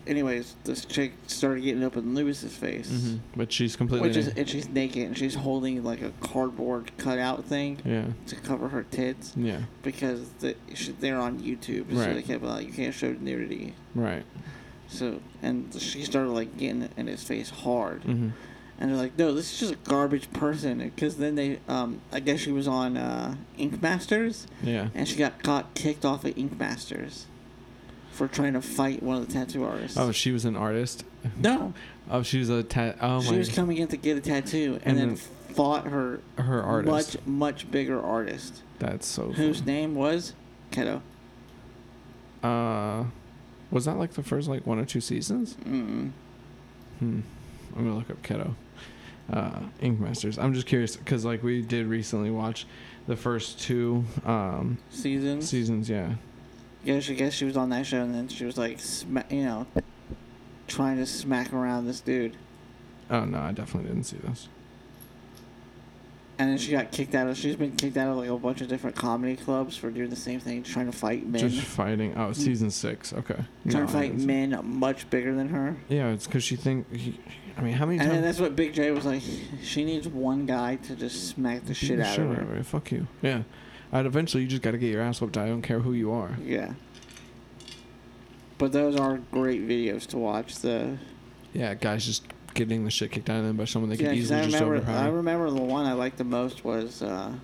[SPEAKER 1] anyways, this chick started getting up in Lewis's face.
[SPEAKER 2] mhm. but she's completely
[SPEAKER 1] Which is,
[SPEAKER 2] naked.
[SPEAKER 1] and she's naked and she's holding like a cardboard cutout thing
[SPEAKER 2] Yeah.
[SPEAKER 1] to cover her tits
[SPEAKER 2] Yeah.
[SPEAKER 1] because the, she, they're on YouTube, so
[SPEAKER 2] Right.
[SPEAKER 1] they can't like you can't show nudity.
[SPEAKER 2] Right.
[SPEAKER 1] So and she started like getting in his face hard,
[SPEAKER 2] Mm-hmm.
[SPEAKER 1] and they're like, no, this is just a garbage person. Because then they, um, I guess she was on uh, Ink Masters,
[SPEAKER 2] Yeah.
[SPEAKER 1] and she got caught kicked off of Ink Masters for trying to fight one of the tattoo artists.
[SPEAKER 2] Oh, she was an artist.
[SPEAKER 1] no,
[SPEAKER 2] Oh, she was a ta- oh
[SPEAKER 1] she
[SPEAKER 2] my
[SPEAKER 1] was coming in to get a tattoo, and,
[SPEAKER 2] And
[SPEAKER 1] then,
[SPEAKER 2] then-
[SPEAKER 1] fought her
[SPEAKER 2] her artist.
[SPEAKER 1] much much bigger artist
[SPEAKER 2] That's so
[SPEAKER 1] whose
[SPEAKER 2] funny.
[SPEAKER 1] name was Keto.
[SPEAKER 2] Uh, was that like the first like one or two seasons?
[SPEAKER 1] Mm.
[SPEAKER 2] Hmm. I'm gonna look up Keto. Uh, Ink Masters. I'm just curious because like we did recently watch the first two um
[SPEAKER 1] Seasons.
[SPEAKER 2] seasons. Yeah.
[SPEAKER 1] Yeah, she guess she was on that show, and then she was like, sma- you know, trying to smack around this dude,
[SPEAKER 2] Oh no, I definitely didn't see this.
[SPEAKER 1] and then she got kicked out of. She's been kicked out of like a bunch of different comedy clubs for doing the same thing, trying to fight men,
[SPEAKER 2] Just fighting. Oh, season six. Okay.
[SPEAKER 1] Mm. trying
[SPEAKER 2] No,
[SPEAKER 1] to
[SPEAKER 2] I
[SPEAKER 1] fight
[SPEAKER 2] didn't see-
[SPEAKER 1] men much bigger than her.
[SPEAKER 2] Yeah, it's because she think. He, I mean, how many
[SPEAKER 1] And then
[SPEAKER 2] times?
[SPEAKER 1] that's what Big J was like. She needs one guy to just smack the
[SPEAKER 2] Beat
[SPEAKER 1] shit out of
[SPEAKER 2] out
[SPEAKER 1] her.
[SPEAKER 2] of her. Fuck you. Yeah. And eventually, you just got to get your ass whooped. I don't care who you are.
[SPEAKER 1] Yeah. But those are great videos to watch. The
[SPEAKER 2] Yeah, guys just getting the shit kicked out of them by someone they
[SPEAKER 1] yeah,
[SPEAKER 2] could
[SPEAKER 1] 'cause
[SPEAKER 2] easily
[SPEAKER 1] I
[SPEAKER 2] just
[SPEAKER 1] remember. I
[SPEAKER 2] overpower.
[SPEAKER 1] remember the one I liked the most was uh,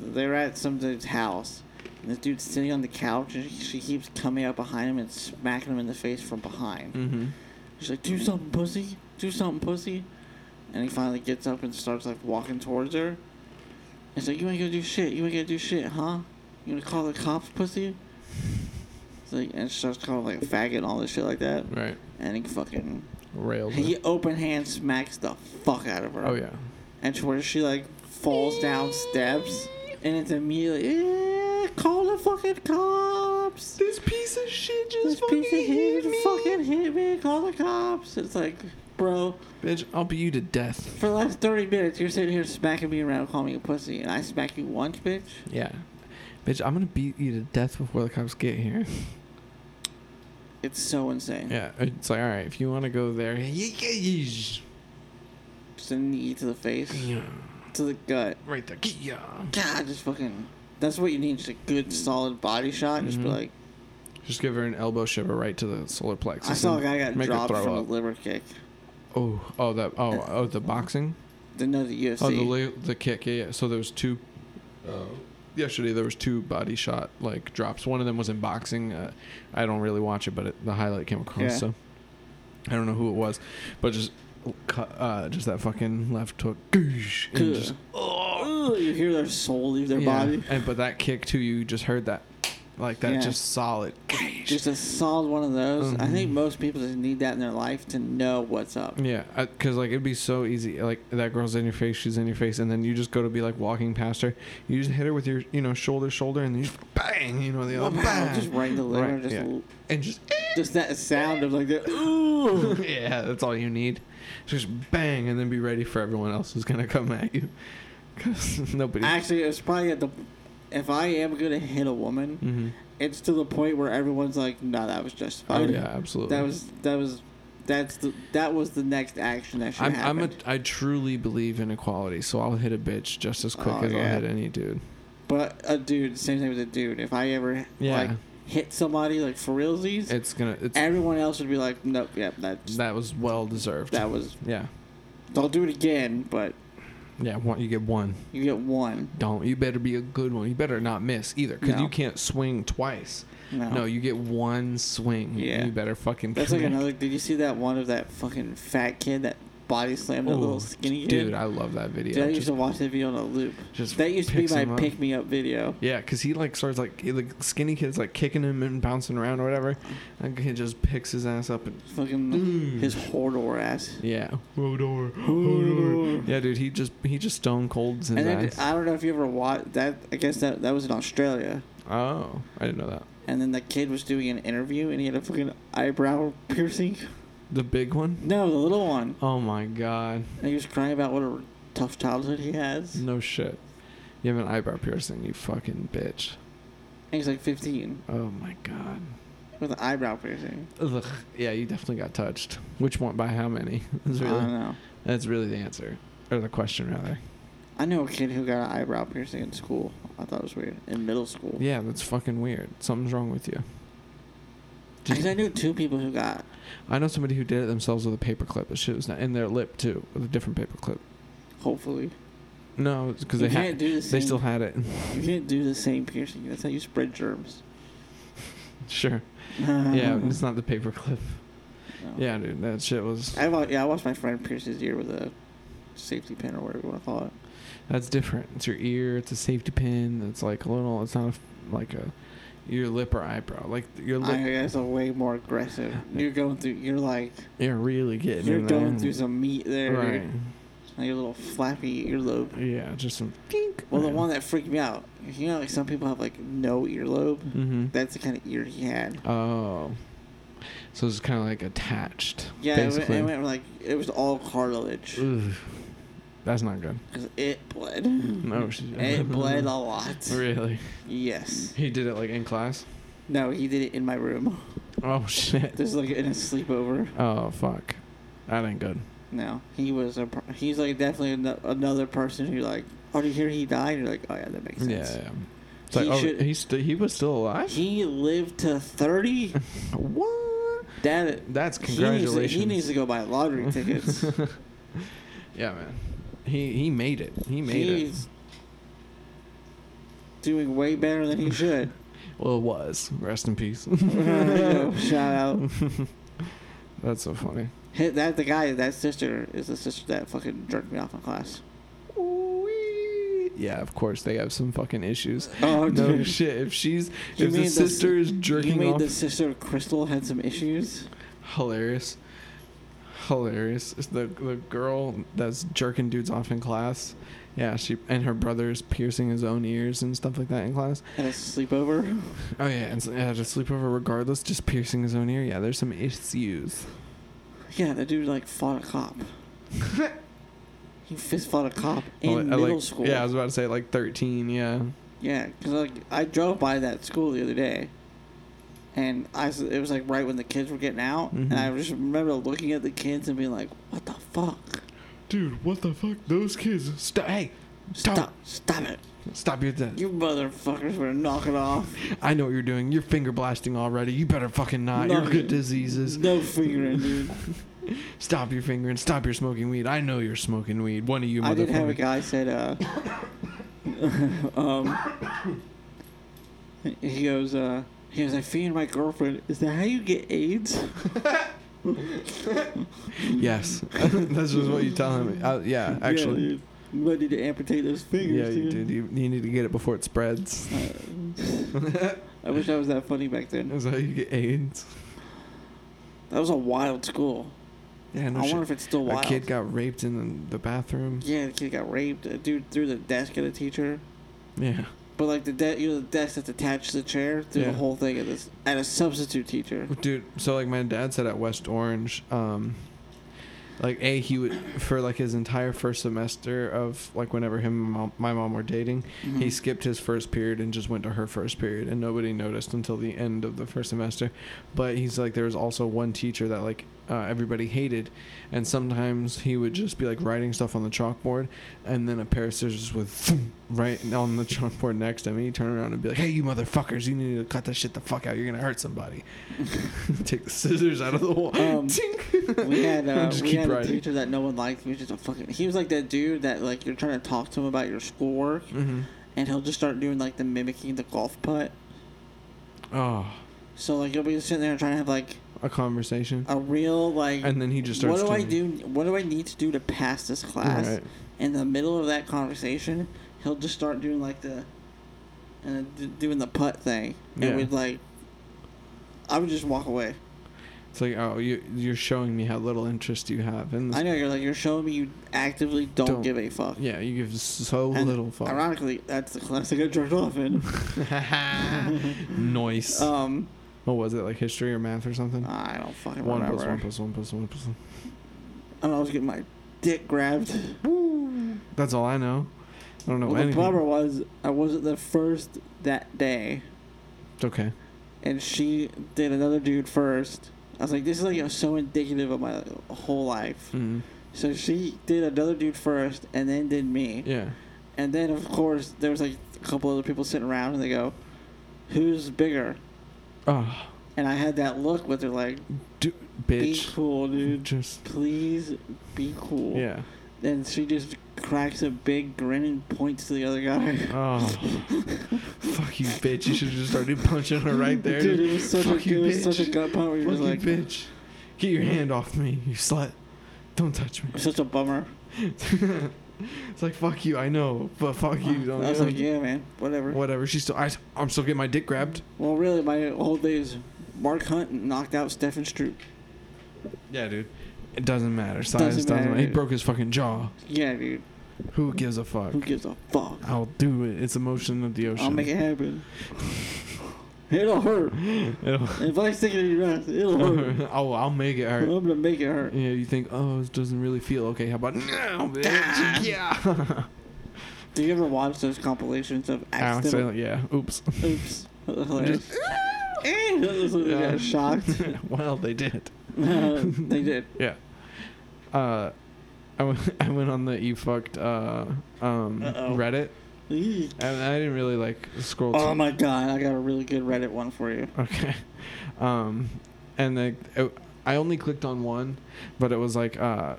[SPEAKER 1] they were at some dude's house, and this dude's sitting on the couch, and she keeps coming up behind him and smacking him in the face from behind.
[SPEAKER 2] Mm-hmm.
[SPEAKER 1] She's like, "Do something, pussy! Do something, pussy!" And he finally gets up and starts like walking towards her. It's like, "You ain't gonna do shit. You ain't gonna do shit, huh? You gonna call the cops, pussy?" It's like, and she starts calling like a faggot and all this shit like that.
[SPEAKER 2] Right.
[SPEAKER 1] And he fucking
[SPEAKER 2] Railed. her.
[SPEAKER 1] he open hand smacks the fuck out of her.
[SPEAKER 2] Oh yeah.
[SPEAKER 1] And to where she like falls down steps, and it's immediately "Eh, call the fucking cops.
[SPEAKER 2] This piece of shit
[SPEAKER 1] This piece of shit fucking hit me. Call the cops. It's like, bro,
[SPEAKER 2] Bitch, I'll beat you to death.
[SPEAKER 1] for the last thirty minutes you're sitting here smacking me around, calling me a pussy, and I smack you once, bitch.
[SPEAKER 2] Yeah. Bitch, I'm gonna beat you to death before the cops get here.
[SPEAKER 1] It's so insane.
[SPEAKER 2] Yeah, it's like all right. If you want to go there, yeah,
[SPEAKER 1] Just a knee to the face, to the gut.
[SPEAKER 2] right there, yeah.
[SPEAKER 1] God, just fucking. That's what you need. Just a good, solid body shot. Just be
[SPEAKER 2] Mhm.
[SPEAKER 1] like.
[SPEAKER 2] Just give her an elbow shiver right to the solar plexus.
[SPEAKER 1] I saw a
[SPEAKER 2] and
[SPEAKER 1] guy got
[SPEAKER 2] make her
[SPEAKER 1] dropped
[SPEAKER 2] throw
[SPEAKER 1] from
[SPEAKER 2] up.
[SPEAKER 1] a liver kick.
[SPEAKER 2] Oh, oh, that. Oh, oh, the boxing.
[SPEAKER 1] Didn't know the UFC.
[SPEAKER 2] Oh, the la- the kick. Yeah, yeah. So there was two. uh, yesterday there was two body shot like drops. One of them was in boxing. Uh, I don't really watch it, but it, the highlight came across.
[SPEAKER 1] Yeah.
[SPEAKER 2] So I don't know who it was, but just cut. Uh, just that fucking left hook. goosh, and just-
[SPEAKER 1] oh, you hear their soul leave their
[SPEAKER 2] yeah.
[SPEAKER 1] body.
[SPEAKER 2] And but that kick too. You just heard that. Like that,
[SPEAKER 1] Yeah.
[SPEAKER 2] just solid. goosh, much.
[SPEAKER 1] Just a solid one of those. I think
[SPEAKER 2] Mhm.
[SPEAKER 1] most people just need that in their life to know what's up.
[SPEAKER 2] Yeah, because like it'd be so easy. Like that girl's in your face, she's in your face, and then you just go to be like walking past her. You just hit her with your, you know, shoulder, shoulder, and then you just bang, you know, the other bang,
[SPEAKER 1] Just right in the liver.
[SPEAKER 2] Right,
[SPEAKER 1] just,
[SPEAKER 2] yeah.
[SPEAKER 1] l-
[SPEAKER 2] and just
[SPEAKER 1] just that sound of like the ooh.
[SPEAKER 2] yeah, that's all you need. Just bang, and then be ready for everyone else who's gonna come at you. Because nobody.
[SPEAKER 1] Actually, it's probably at the. If I am gonna hit a woman,
[SPEAKER 2] Mhm.
[SPEAKER 1] it's to the point where everyone's like, "No, that was
[SPEAKER 2] Oh
[SPEAKER 1] justified.
[SPEAKER 2] yeah, absolutely.
[SPEAKER 1] That was that was, that's the that was the next action that should
[SPEAKER 2] I'm, I'm
[SPEAKER 1] happen."
[SPEAKER 2] a, I truly believe in equality, so I'll hit a bitch just as quick
[SPEAKER 1] Oh,
[SPEAKER 2] as
[SPEAKER 1] yeah.
[SPEAKER 2] I'll hit any dude.
[SPEAKER 1] but a dude, same thing with a dude. If I ever
[SPEAKER 2] Yeah,
[SPEAKER 1] like hit somebody like for realsies,
[SPEAKER 2] it's gonna. It's
[SPEAKER 1] everyone else would be like, "Nope, yep, that's
[SPEAKER 2] that was well deserved.
[SPEAKER 1] that was."
[SPEAKER 2] yeah,
[SPEAKER 1] Don't do it again, but
[SPEAKER 2] yeah. One, you get one.
[SPEAKER 1] you get one.
[SPEAKER 2] Don't. You better be a good one. You better not miss either, because
[SPEAKER 1] No.
[SPEAKER 2] you can't swing twice.
[SPEAKER 1] No,
[SPEAKER 2] No, you get one swing.
[SPEAKER 1] Yeah.
[SPEAKER 2] You better fucking.
[SPEAKER 1] that's like
[SPEAKER 2] commit.
[SPEAKER 1] another. Did you see that one of that fucking fat kid that body slammed a
[SPEAKER 2] Ooh,
[SPEAKER 1] little skinny kid?
[SPEAKER 2] Dude, I love that video.
[SPEAKER 1] Dude, I used
[SPEAKER 2] Just-
[SPEAKER 1] to watch that video on a loop.
[SPEAKER 2] just
[SPEAKER 1] That used to be
[SPEAKER 2] picks
[SPEAKER 1] my
[SPEAKER 2] him up.
[SPEAKER 1] pick me up video.
[SPEAKER 2] Yeah, because he like starts like he, like skinny kids like kicking him and bouncing around or whatever. That kid just picks his ass up and
[SPEAKER 1] Fucking
[SPEAKER 2] Mm.
[SPEAKER 1] his Hodor ass.
[SPEAKER 2] yeah. Hodor,
[SPEAKER 1] Hodor.
[SPEAKER 2] Yeah, dude, he just he just stone colds his
[SPEAKER 1] And then
[SPEAKER 2] ass.
[SPEAKER 1] I don't know if you ever watched that. I guess that that was in Australia.
[SPEAKER 2] oh, I didn't know that.
[SPEAKER 1] And then the kid was doing an interview and he had a fucking eyebrow piercing.
[SPEAKER 2] The big one.
[SPEAKER 1] No, the little one.
[SPEAKER 2] Oh my god,
[SPEAKER 1] And he was crying about what a tough childhood he has. And
[SPEAKER 2] no shit. You have an eyebrow piercing, you fucking bitch.
[SPEAKER 1] he's like 15
[SPEAKER 2] Oh my god.
[SPEAKER 1] with an eyebrow piercing.
[SPEAKER 2] Ugh. Yeah, you definitely got touched. Which one? By how many? That's
[SPEAKER 1] I don't
[SPEAKER 2] really
[SPEAKER 1] know.
[SPEAKER 2] that's really the answer or the question rather.
[SPEAKER 1] I know a kid who got an eyebrow piercing in school. I thought it was weird. In middle school.
[SPEAKER 2] Yeah, that's fucking weird. Something's wrong with you. Did
[SPEAKER 1] Because
[SPEAKER 2] you-
[SPEAKER 1] I knew two people who got
[SPEAKER 2] I know somebody who did it themselves with a paperclip. The shit was not in their lip too, with a different paperclip.
[SPEAKER 1] Hopefully.
[SPEAKER 2] No, because
[SPEAKER 1] You
[SPEAKER 2] they
[SPEAKER 1] can't
[SPEAKER 2] had,
[SPEAKER 1] do the
[SPEAKER 2] they
[SPEAKER 1] same-
[SPEAKER 2] still had it.
[SPEAKER 1] You can't do the same piercing. That's how you spread germs.
[SPEAKER 2] sure. Yeah, it's not the paperclip.
[SPEAKER 1] No.
[SPEAKER 2] Yeah, dude, that shit was.
[SPEAKER 1] I wa- yeah, I watched my friend pierce his ear with a safety pin or whatever you want to call it.
[SPEAKER 2] That's different. It's your ear. It's a safety pin. It's like a little. It's not a f like a your lip or eyebrow. Like your
[SPEAKER 1] I
[SPEAKER 2] lip.
[SPEAKER 1] guess a way more aggressive. You're going through. You're like
[SPEAKER 2] You're really getting.
[SPEAKER 1] you're
[SPEAKER 2] in
[SPEAKER 1] going
[SPEAKER 2] there.
[SPEAKER 1] through some meat there.
[SPEAKER 2] Right.
[SPEAKER 1] dude. Like your little flappy earlobe.
[SPEAKER 2] Yeah, just some.
[SPEAKER 1] Well, the one that freaked me out. You know, like some people have like no earlobe.
[SPEAKER 2] Mm-hmm.
[SPEAKER 1] That's the kind of ear he had.
[SPEAKER 2] Oh. So it's kind of like attached.
[SPEAKER 1] Yeah, it went,
[SPEAKER 2] basically. Mm.
[SPEAKER 1] it went like it was all cartilage
[SPEAKER 2] Ugh. That's not good.
[SPEAKER 1] because it bled.
[SPEAKER 2] No, she
[SPEAKER 1] It bled a lot.
[SPEAKER 2] Really?
[SPEAKER 1] Yes.
[SPEAKER 2] He did it like in class?
[SPEAKER 1] No, he did it in my room.
[SPEAKER 2] Oh shit.
[SPEAKER 1] This is like in a sleepover.
[SPEAKER 2] Oh fuck. That ain't good.
[SPEAKER 1] No, he was a. per- He's like definitely ano- another person who like. Oh, did you hear he died? You're like, oh yeah, that makes sense.
[SPEAKER 2] Yeah. yeah. It's like,
[SPEAKER 1] He
[SPEAKER 2] oh,
[SPEAKER 1] should-
[SPEAKER 2] he's st- he was still alive.
[SPEAKER 1] He lived to thirty.
[SPEAKER 2] what?
[SPEAKER 1] That
[SPEAKER 2] That's
[SPEAKER 1] he needs, to,
[SPEAKER 2] congratulations.
[SPEAKER 1] he needs to go buy lottery tickets.
[SPEAKER 2] yeah, man. He he made it. He made
[SPEAKER 1] He's doing way better than he should.
[SPEAKER 2] it. Well, it was. Rest in peace.
[SPEAKER 1] Yo, shout out.
[SPEAKER 2] That's so funny.
[SPEAKER 1] Hit that the guy that sister is the sister that fucking jerked me off in class.
[SPEAKER 2] Wee. Yeah, of course they have some fucking issues.
[SPEAKER 1] Oh
[SPEAKER 2] No
[SPEAKER 1] dude.
[SPEAKER 2] shit. If she's
[SPEAKER 1] You
[SPEAKER 2] if the
[SPEAKER 1] mean the-
[SPEAKER 2] sister is
[SPEAKER 1] You
[SPEAKER 2] jerking
[SPEAKER 1] made
[SPEAKER 2] off
[SPEAKER 1] the sister of Crystal had some issues.
[SPEAKER 2] hilarious hilarious It's the the girl that's jerking dudes off in class yeah she and her brother's piercing his own ears and stuff like that in class
[SPEAKER 1] Had a sleepover.
[SPEAKER 2] oh yeah and so, yeah, just sleepover regardless just piercing his own ear yeah there's some issues
[SPEAKER 1] Yeah, the dude like fought a cop. he fist fought a cop in
[SPEAKER 2] Well, Oh, I
[SPEAKER 1] middle
[SPEAKER 2] like-
[SPEAKER 1] school.
[SPEAKER 2] yeah i was about to say like 13 yeah
[SPEAKER 1] yeah, because like I drove by that school the other day, and I s- it was like right when the kids were getting out, and I
[SPEAKER 2] Mhm.
[SPEAKER 1] just remember looking at the kids and being like, "What the fuck?
[SPEAKER 2] dude what the fuck those kids stop hey
[SPEAKER 1] Stop!
[SPEAKER 2] Stop.
[SPEAKER 1] Stop, it!
[SPEAKER 2] stop your death
[SPEAKER 1] You motherfuckers better knock it off!
[SPEAKER 2] i know what you're doing you're finger blasting already you better fucking not
[SPEAKER 1] No.
[SPEAKER 2] you're good diseases
[SPEAKER 1] No fingering, dude."
[SPEAKER 2] stop your fingering stop your smoking weed i know you're smoking weed one of you
[SPEAKER 1] I did have a
[SPEAKER 2] motherfuckers.
[SPEAKER 1] guy said, uh, um, he goes, uh, he goes, I feed my girlfriend. Is that how you get AIDS?
[SPEAKER 2] Yes, that's just what you tell him. Uh, yeah, actually,
[SPEAKER 1] dude. I'm ready to amputate those fingers.
[SPEAKER 2] yeah, you
[SPEAKER 1] dude.
[SPEAKER 2] did. You, you need to get it before it spreads.
[SPEAKER 1] Uh, I wish I was that funny back then.
[SPEAKER 2] That's how you get AIDS.
[SPEAKER 1] That was a wild school.
[SPEAKER 2] Yeah, no
[SPEAKER 1] I
[SPEAKER 2] shit.
[SPEAKER 1] wonder if it's still
[SPEAKER 2] a
[SPEAKER 1] wild.
[SPEAKER 2] kid got raped in the bathroom.
[SPEAKER 1] yeah, the kid got raped. A dude threw the desk at a teacher.
[SPEAKER 2] Yeah.
[SPEAKER 1] But like the de- you know the desk that's attached to the chair through
[SPEAKER 2] Yeah.
[SPEAKER 1] the whole thing at this at a substitute teacher.
[SPEAKER 2] dude so like my dad said at west orange um like a he would for like his entire first semester of like whenever him and mom, my mom were dating
[SPEAKER 1] Hmm.
[SPEAKER 2] he skipped his first period and just went to her first period and nobody noticed until the end of the first semester but he's like there was also one teacher that like uh, everybody hated and sometimes he would just be like writing stuff on the chalkboard and then a pair of scissors would thump right on the chalkboard next to me he'd turn around and be like hey you motherfuckers you need to cut that shit the fuck out you're gonna hurt somebody take the scissors out of the wall
[SPEAKER 1] Um,
[SPEAKER 2] Tink.
[SPEAKER 1] We had uh,
[SPEAKER 2] And just
[SPEAKER 1] we
[SPEAKER 2] keep
[SPEAKER 1] had a
[SPEAKER 2] writing.
[SPEAKER 1] teacher that no one liked. He was just a fucking. He was like that dude that like you're trying to talk to him about your schoolwork,
[SPEAKER 2] Mhm.
[SPEAKER 1] and he'll just start doing like the mimicking the golf putt.
[SPEAKER 2] oh
[SPEAKER 1] So like you'll be sitting there trying to have like
[SPEAKER 2] a conversation
[SPEAKER 1] a real like.
[SPEAKER 2] and then he just starts
[SPEAKER 1] what do I
[SPEAKER 2] doing-
[SPEAKER 1] do? What do I need to do to pass this class?
[SPEAKER 2] Right.
[SPEAKER 1] In the middle of that conversation, he'll just start doing like the, uh, d- doing the putt thing, and
[SPEAKER 2] Yeah.
[SPEAKER 1] we'd like. I would just walk away.
[SPEAKER 2] It's like, oh, you, you're showing me how little interest you have in this.
[SPEAKER 1] I know you're like you're showing me you actively don't,
[SPEAKER 2] Don't.
[SPEAKER 1] give a fuck.
[SPEAKER 2] Yeah, you give so
[SPEAKER 1] And
[SPEAKER 2] little fuck.
[SPEAKER 1] Ironically, that's the class I got jerked off in.
[SPEAKER 2] nice.
[SPEAKER 1] Um,
[SPEAKER 2] what was it, like history or math or something?
[SPEAKER 1] I don't fucking
[SPEAKER 2] one
[SPEAKER 1] remember.
[SPEAKER 2] plus one plus one plus one plus one.
[SPEAKER 1] And I was getting my dick grabbed.
[SPEAKER 2] That's all I know. I don't know
[SPEAKER 1] Well, the
[SPEAKER 2] anything.
[SPEAKER 1] bummer was I wasn't the first that day,
[SPEAKER 2] It's okay.
[SPEAKER 1] and she did another dude first. I was like, this is like so indicative of my whole life.
[SPEAKER 2] Mhm.
[SPEAKER 1] So she did another dude first, and then did me.
[SPEAKER 2] Yeah.
[SPEAKER 1] And then, of course, there was like a couple other people sitting around, and they go, "Who's bigger?"
[SPEAKER 2] Oh,
[SPEAKER 1] And I had that look with her like,
[SPEAKER 2] du-
[SPEAKER 1] "Be
[SPEAKER 2] bitch.
[SPEAKER 1] cool, dude.
[SPEAKER 2] Just,
[SPEAKER 1] Please be cool."
[SPEAKER 2] yeah.
[SPEAKER 1] Then she just cracks a big grin and points to the other guy.
[SPEAKER 2] Oh. Fuck you, bitch. You should have just started punching her right there.
[SPEAKER 1] Dude, it was such a
[SPEAKER 2] Fuck you,
[SPEAKER 1] it was such a
[SPEAKER 2] bitch.
[SPEAKER 1] gut punch. where You're
[SPEAKER 2] Fuck
[SPEAKER 1] just
[SPEAKER 2] you,
[SPEAKER 1] like,
[SPEAKER 2] bitch. Get your hand off me, you slut. Don't touch me.
[SPEAKER 1] It's such a bummer.
[SPEAKER 2] it's like fuck you, I know, but fuck you. Don't
[SPEAKER 1] I was like, yeah, man, whatever.
[SPEAKER 2] Whatever. She's still. I, I'm still getting my dick grabbed.
[SPEAKER 1] Well, really, my whole day is Mark Hunt knocked out Stefan Stroop.
[SPEAKER 2] Yeah, dude. It doesn't matter. Size
[SPEAKER 1] Doesn't
[SPEAKER 2] doesn't,
[SPEAKER 1] matter,
[SPEAKER 2] matter. He
[SPEAKER 1] dude.
[SPEAKER 2] broke his fucking jaw.
[SPEAKER 1] Yeah, dude.
[SPEAKER 2] Who gives a fuck? Oh,
[SPEAKER 1] Who gives a fuck?
[SPEAKER 2] I'll do it. It's the motion of the ocean.
[SPEAKER 1] I'll make it happen. It'll hurt.
[SPEAKER 2] It'll-
[SPEAKER 1] If I stick it in your ass, it'll hurt.
[SPEAKER 2] oh, I'll make it
[SPEAKER 1] I'm
[SPEAKER 2] hurt.
[SPEAKER 1] gonna make it hurt.
[SPEAKER 2] Yeah, you think, oh, it doesn't really feel okay. How about now, bitch?
[SPEAKER 1] Ah.
[SPEAKER 2] Yeah.
[SPEAKER 1] Do you ever watch those compilations of accidental?
[SPEAKER 2] Accidentally, yeah. Oops.
[SPEAKER 1] Oops. Hilarious. Eh, that was like they
[SPEAKER 2] Yeah.
[SPEAKER 1] got shocked.
[SPEAKER 2] well, they did.
[SPEAKER 1] they did.
[SPEAKER 2] Yeah. Uh, I went, I went on the e fucked uh, um,
[SPEAKER 1] Uh-oh.
[SPEAKER 2] Reddit,
[SPEAKER 1] Eek.
[SPEAKER 2] and I didn't really like scroll.
[SPEAKER 1] Oh
[SPEAKER 2] too-
[SPEAKER 1] my god, I got a really good Reddit one for you.
[SPEAKER 2] Okay. Um, and the, it, I only clicked on one, but it was like uh,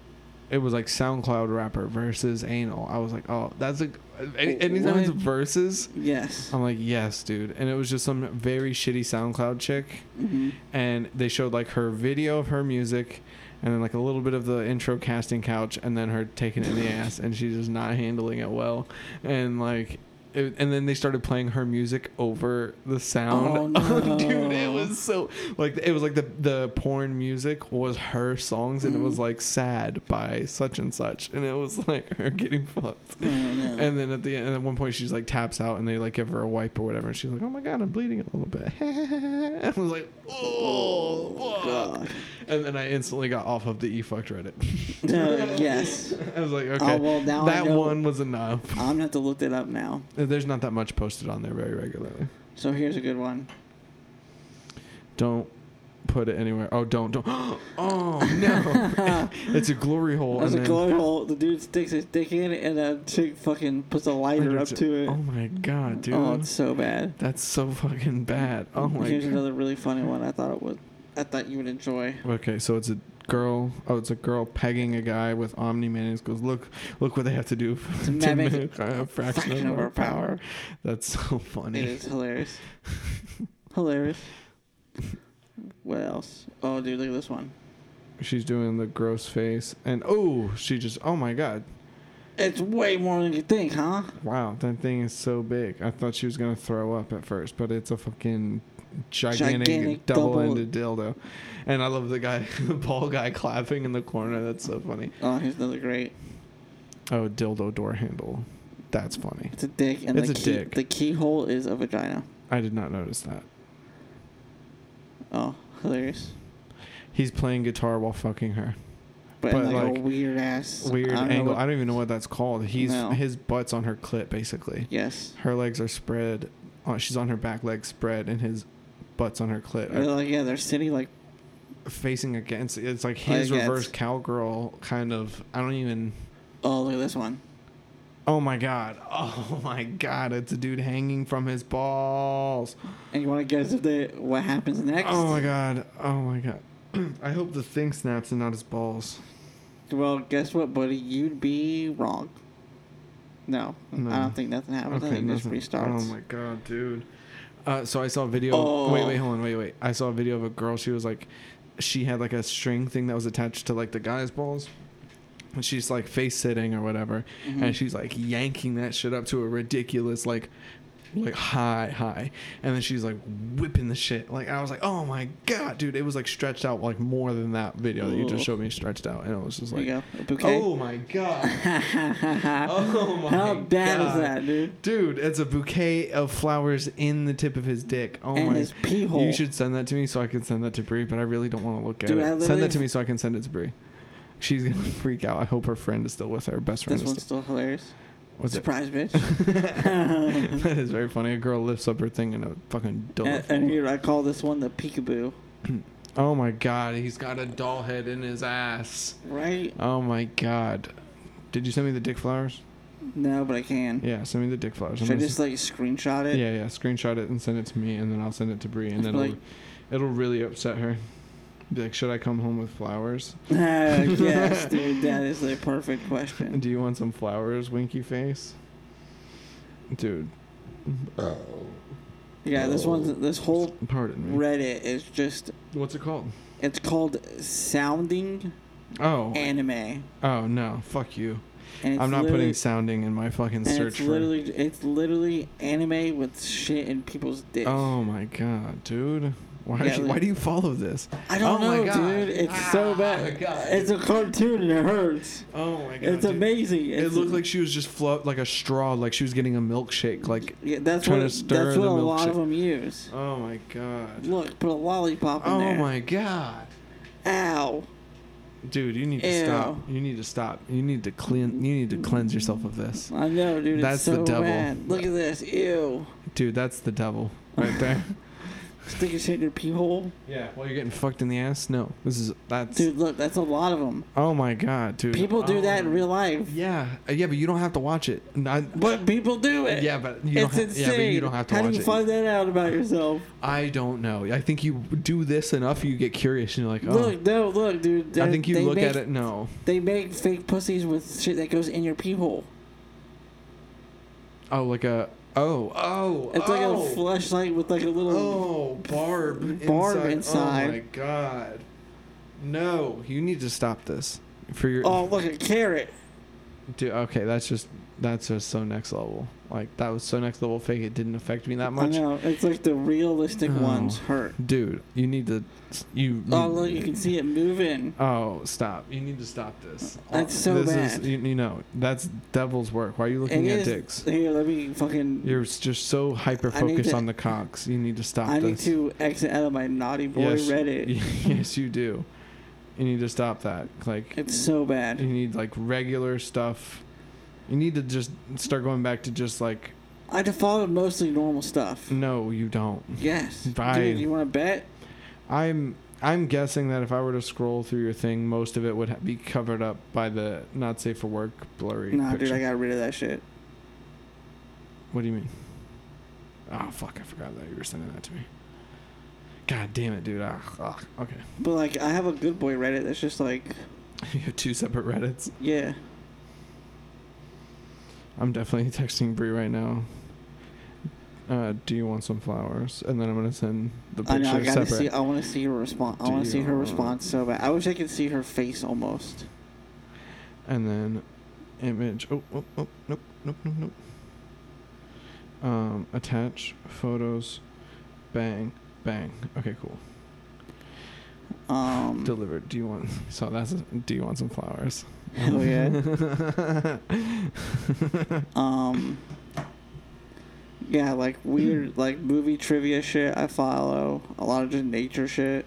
[SPEAKER 2] it was like SoundCloud rapper versus anal. I was like, oh, that's a any, anytime it's
[SPEAKER 1] What?
[SPEAKER 2] versus.
[SPEAKER 1] Yes.
[SPEAKER 2] I'm like, yes, dude. And it was just some very shitty SoundCloud chick.
[SPEAKER 1] hmm
[SPEAKER 2] and they showed like her video of her music and then like a little bit of the intro casting couch and then her taking it in the ass and she's just not handling it well and like it, and then they started playing her music over the sound
[SPEAKER 1] Oh, no.
[SPEAKER 2] dude it was so like it was like the the porn music was her songs and it
[SPEAKER 1] Mm.
[SPEAKER 2] was like sad by such and such and it was like her getting fucked
[SPEAKER 1] Oh, no.
[SPEAKER 2] and then at the end, at one point, she's like taps out, and they like give her a wipe or whatever. And she's like, "Oh my god, I'm bleeding a little bit." and I was like, "Oh, fuck."
[SPEAKER 1] God.
[SPEAKER 2] And then I instantly got off of the e fucked Reddit.
[SPEAKER 1] Uh, yes.
[SPEAKER 2] I was like, "Okay,
[SPEAKER 1] Oh, well, now I
[SPEAKER 2] that
[SPEAKER 1] know.
[SPEAKER 2] one was enough."
[SPEAKER 1] I'm gonna have to look that up now.
[SPEAKER 2] There's not that much posted on there very regularly.
[SPEAKER 1] So here's a good one.
[SPEAKER 2] Don't put it anywhere. Oh, don't, don't. oh no, it's a glory hole.
[SPEAKER 1] There's a
[SPEAKER 2] and then-
[SPEAKER 1] glory hole. The dude sticks his dick in, it, and a chick fucking puts a lighter up to it.
[SPEAKER 2] Oh my god, dude.
[SPEAKER 1] Oh, it's so bad.
[SPEAKER 2] That's so fucking bad. Oh my
[SPEAKER 1] Here's
[SPEAKER 2] god.
[SPEAKER 1] another really funny one. I thought it would. I thought you would enjoy.
[SPEAKER 2] Okay, so it's a girl. Oh, it's a girl pegging a guy with Omni Man. And goes, look, look what they have to do to
[SPEAKER 1] To mimic
[SPEAKER 2] a uh, fraction of our power. That's so funny.
[SPEAKER 1] It is hilarious. hilarious. What else? Oh, dude, look at this one.
[SPEAKER 2] She's doing the gross face, and oh, she just, oh my god,
[SPEAKER 1] It's way more than you think, huh?
[SPEAKER 2] Wow, that thing is so big. I thought she was gonna throw up at first, but it's a fucking gigantic,
[SPEAKER 1] Gigantic double-
[SPEAKER 2] double-ended dildo. And I love the guy, the ball guy, clapping in the corner. That's so funny.
[SPEAKER 1] Oh, here's another great.
[SPEAKER 2] Oh, dildo door handle. That's funny.
[SPEAKER 1] It's a dick, and
[SPEAKER 2] It's
[SPEAKER 1] the
[SPEAKER 2] a
[SPEAKER 1] key,
[SPEAKER 2] dick.
[SPEAKER 1] the keyhole is a vagina.
[SPEAKER 2] I did not notice that.
[SPEAKER 1] Oh, hilarious.
[SPEAKER 2] He's playing guitar while fucking her.
[SPEAKER 1] But, in
[SPEAKER 2] But,
[SPEAKER 1] like, a
[SPEAKER 2] like,
[SPEAKER 1] weird ass
[SPEAKER 2] Weird
[SPEAKER 1] I don't know
[SPEAKER 2] angle.
[SPEAKER 1] what-
[SPEAKER 2] I don't even know what that's called. He's
[SPEAKER 1] No.
[SPEAKER 2] his butt's on her clit basically.
[SPEAKER 1] yes.
[SPEAKER 2] Her legs are spread. Oh, she's on her back leg spread, and his butt's on her clit. Uh,
[SPEAKER 1] They're like yeah, they're sitting like
[SPEAKER 2] facing against. It's like his
[SPEAKER 1] Like,
[SPEAKER 2] reverse
[SPEAKER 1] it's-
[SPEAKER 2] cowgirl kind of. I don't even.
[SPEAKER 1] oh look at this one.
[SPEAKER 2] Oh my god! Oh my god! It's a dude hanging from his balls.
[SPEAKER 1] And you want to guess if they what happens next?
[SPEAKER 2] Oh my god! Oh my god! I hope the thing snaps and not his balls.
[SPEAKER 1] Well, guess what, buddy? You'd be wrong. No,
[SPEAKER 2] No.
[SPEAKER 1] I don't think nothing happens. I think it just
[SPEAKER 2] nothing.
[SPEAKER 1] restarts.
[SPEAKER 2] Oh my god, dude! Uh, so I saw a video.
[SPEAKER 1] Oh.
[SPEAKER 2] Wait, wait, hold on, wait, wait. I saw a video of a girl. She was like, she had like a string thing that was attached to like the guy's balls. And she's like face sitting or whatever,
[SPEAKER 1] Mm-hmm.
[SPEAKER 2] and she's like yanking that shit up to a ridiculous like, like high, high, and then she's like whipping the shit. Like I was like, oh my god, dude, it was like stretched out like more than that video that you just
[SPEAKER 1] Ooh.
[SPEAKER 2] showed me stretched out, and it was just
[SPEAKER 1] There
[SPEAKER 2] like,
[SPEAKER 1] you go. A bouquet.
[SPEAKER 2] oh my god, oh my
[SPEAKER 1] How bad
[SPEAKER 2] god.
[SPEAKER 1] is that, dude?
[SPEAKER 2] Dude, it's a bouquet of flowers in the tip of his dick. Oh
[SPEAKER 1] and
[SPEAKER 2] my!
[SPEAKER 1] his pee hole.
[SPEAKER 2] You should send that to me so I can send that to Brie, but I really don't want to look at
[SPEAKER 1] Dude, I
[SPEAKER 2] it. Send
[SPEAKER 1] literally-
[SPEAKER 2] that to me so I can send it to Brie. She's gonna freak out. I hope her friend is still with her. Best friend
[SPEAKER 1] This
[SPEAKER 2] is
[SPEAKER 1] one's
[SPEAKER 2] still.
[SPEAKER 1] still hilarious.
[SPEAKER 2] What's it?
[SPEAKER 1] Surprise, bitch.
[SPEAKER 2] that is very funny. A girl lifts up her thing and a fucking doll.
[SPEAKER 1] and, and here I call this one the peekaboo.
[SPEAKER 2] oh my god, he's got a doll head in his ass.
[SPEAKER 1] Right?
[SPEAKER 2] Oh my god. Did you send me the dick flowers?
[SPEAKER 1] No, but I can.
[SPEAKER 2] Yeah, send me the dick flowers. I'm
[SPEAKER 1] Should I
[SPEAKER 2] gonna
[SPEAKER 1] just like screenshot it?
[SPEAKER 2] Yeah, yeah. Screenshot it and send it to me, and then I'll send it to Brie, and
[SPEAKER 1] It's
[SPEAKER 2] it'll
[SPEAKER 1] like-
[SPEAKER 2] it'll really upset her. Be like, should I come home with flowers?
[SPEAKER 1] Ah, yes, dude. That is the perfect question.
[SPEAKER 2] Do you want some flowers, winky face? Dude,
[SPEAKER 1] Yeah, this one's this whole
[SPEAKER 2] pardon me.
[SPEAKER 1] Reddit is just
[SPEAKER 2] What's it called?
[SPEAKER 1] it's called sounding
[SPEAKER 2] Oh,
[SPEAKER 1] anime. And
[SPEAKER 2] oh no, fuck you.
[SPEAKER 1] it's
[SPEAKER 2] I'm not
[SPEAKER 1] literally-
[SPEAKER 2] putting sounding in my fucking
[SPEAKER 1] and
[SPEAKER 2] search
[SPEAKER 1] it's
[SPEAKER 2] for.
[SPEAKER 1] literally it's literally anime with shit in people's dicks.
[SPEAKER 2] Oh my god, dude. Why,
[SPEAKER 1] Yeah,
[SPEAKER 2] why
[SPEAKER 1] like-
[SPEAKER 2] do you follow this?
[SPEAKER 1] I don't
[SPEAKER 2] oh my
[SPEAKER 1] know,
[SPEAKER 2] God.
[SPEAKER 1] dude. It's so
[SPEAKER 2] Ah,
[SPEAKER 1] bad.
[SPEAKER 2] God.
[SPEAKER 1] It's a cartoon and it hurts.
[SPEAKER 2] Oh my god.
[SPEAKER 1] It's
[SPEAKER 2] dude.
[SPEAKER 1] amazing. It's,
[SPEAKER 2] It looked like she was just flo- like a straw, like she was getting a milkshake. Like,
[SPEAKER 1] yeah, that's
[SPEAKER 2] trying
[SPEAKER 1] what that's
[SPEAKER 2] to stir
[SPEAKER 1] what a
[SPEAKER 2] the
[SPEAKER 1] lot of
[SPEAKER 2] milkshake.
[SPEAKER 1] them use.
[SPEAKER 2] oh my god.
[SPEAKER 1] Look, put a lollipop in
[SPEAKER 2] Oh
[SPEAKER 1] there.
[SPEAKER 2] my god.
[SPEAKER 1] Ow.
[SPEAKER 2] Dude, you need to
[SPEAKER 1] Ew.
[SPEAKER 2] stop. You need to stop. You need to clean. You need to cleanse yourself of this,
[SPEAKER 1] I know, dude.
[SPEAKER 2] That's
[SPEAKER 1] it's so
[SPEAKER 2] the devil.
[SPEAKER 1] bad. Look at this. Ew.
[SPEAKER 2] dude. That's the devil right there.
[SPEAKER 1] Stick your shit in your pee hole.
[SPEAKER 2] yeah. Well, you're getting fucked in the ass. No, this is that's.
[SPEAKER 1] Dude, look, that's a lot of them.
[SPEAKER 2] Oh my god, dude.
[SPEAKER 1] People do
[SPEAKER 2] Oh
[SPEAKER 1] that in
[SPEAKER 2] my-
[SPEAKER 1] real life.
[SPEAKER 2] Yeah, Uh, yeah, but you don't have to watch it. Not,
[SPEAKER 1] But people do it.
[SPEAKER 2] yeah, but you
[SPEAKER 1] it's
[SPEAKER 2] don't. Have,
[SPEAKER 1] insane.
[SPEAKER 2] yeah, but you don't have to
[SPEAKER 1] How
[SPEAKER 2] watch
[SPEAKER 1] do you
[SPEAKER 2] it.
[SPEAKER 1] find that out about yourself?
[SPEAKER 2] I don't know. I think you do this enough, you get curious, and you're like, oh.
[SPEAKER 1] Look, no, look, dude.
[SPEAKER 2] I
[SPEAKER 1] they-
[SPEAKER 2] think you
[SPEAKER 1] they
[SPEAKER 2] look
[SPEAKER 1] make,
[SPEAKER 2] at it. No,
[SPEAKER 1] They make fake pussies with shit that goes in your pee hole.
[SPEAKER 2] oh, like a oh oh.
[SPEAKER 1] It's like
[SPEAKER 2] oh.
[SPEAKER 1] a flashlight with like a little.
[SPEAKER 2] Oh, Barb.
[SPEAKER 1] Barb
[SPEAKER 2] Oh
[SPEAKER 1] inside.
[SPEAKER 2] my god. No, you need to stop this. For your
[SPEAKER 1] Oh, look a carrot.
[SPEAKER 2] Dude, okay, that's just that's just so next level. Like that was so next level fake. It didn't affect me that much. Oh.
[SPEAKER 1] I know. It's like the realistic
[SPEAKER 2] No.
[SPEAKER 1] ones hurt.
[SPEAKER 2] Dude, you need to you
[SPEAKER 1] Oh, look, you can see it moving.
[SPEAKER 2] Oh, stop. You need to stop this. Oh,
[SPEAKER 1] That's so
[SPEAKER 2] this
[SPEAKER 1] bad.
[SPEAKER 2] Is, you, you know, that's devil's work. Why are you looking
[SPEAKER 1] It
[SPEAKER 2] at
[SPEAKER 1] is-
[SPEAKER 2] dicks?
[SPEAKER 1] Here, let me fucking.
[SPEAKER 2] You're s- just so hyper focused
[SPEAKER 1] to-
[SPEAKER 2] on the cocks. You need to stop
[SPEAKER 1] I need
[SPEAKER 2] this.
[SPEAKER 1] to exit out of my naughty boy
[SPEAKER 2] yes,
[SPEAKER 1] Reddit.
[SPEAKER 2] Yes, you do. You need to stop that. Like
[SPEAKER 1] It's so bad.
[SPEAKER 2] You need like regular stuff. You need to just start going back to just like
[SPEAKER 1] I defaulted mostly normal stuff.
[SPEAKER 2] no, you don't.
[SPEAKER 1] Yes.
[SPEAKER 2] Fine.
[SPEAKER 1] Dude, you want to bet?
[SPEAKER 2] I'm I'm guessing that if I were to scroll through your thing, most of it would ha- be covered up by the not safe for work blurry.
[SPEAKER 1] Nah,
[SPEAKER 2] picture.
[SPEAKER 1] dude, I got rid of that shit.
[SPEAKER 2] What do you mean? Oh fuck! I forgot that you were sending that to me. God damn it, dude! Ah, ah, okay,
[SPEAKER 1] But like, I have a good boy Reddit that's just like,
[SPEAKER 2] you have two separate Reddits.
[SPEAKER 1] yeah.
[SPEAKER 2] I'm definitely texting Brie right now. Uh, do you want some flowers? And then I'm gonna send the picture
[SPEAKER 1] I know. I gotta
[SPEAKER 2] separate.
[SPEAKER 1] see. I want to see her response. I
[SPEAKER 2] Do
[SPEAKER 1] want to see
[SPEAKER 2] you- Oh.
[SPEAKER 1] her response so bad. I wish I could see her face almost.
[SPEAKER 2] And then image. Oh, oh, oh, nope, nope, nope, nope. Um, attach photos. Bang, bang. Okay, cool.
[SPEAKER 1] Um,
[SPEAKER 2] Delivered. Do you want? So that's. do you want some flowers?
[SPEAKER 1] Hell
[SPEAKER 2] yeah.
[SPEAKER 1] um, yeah, like weird, like movie trivia shit. I follow a lot of just nature shit.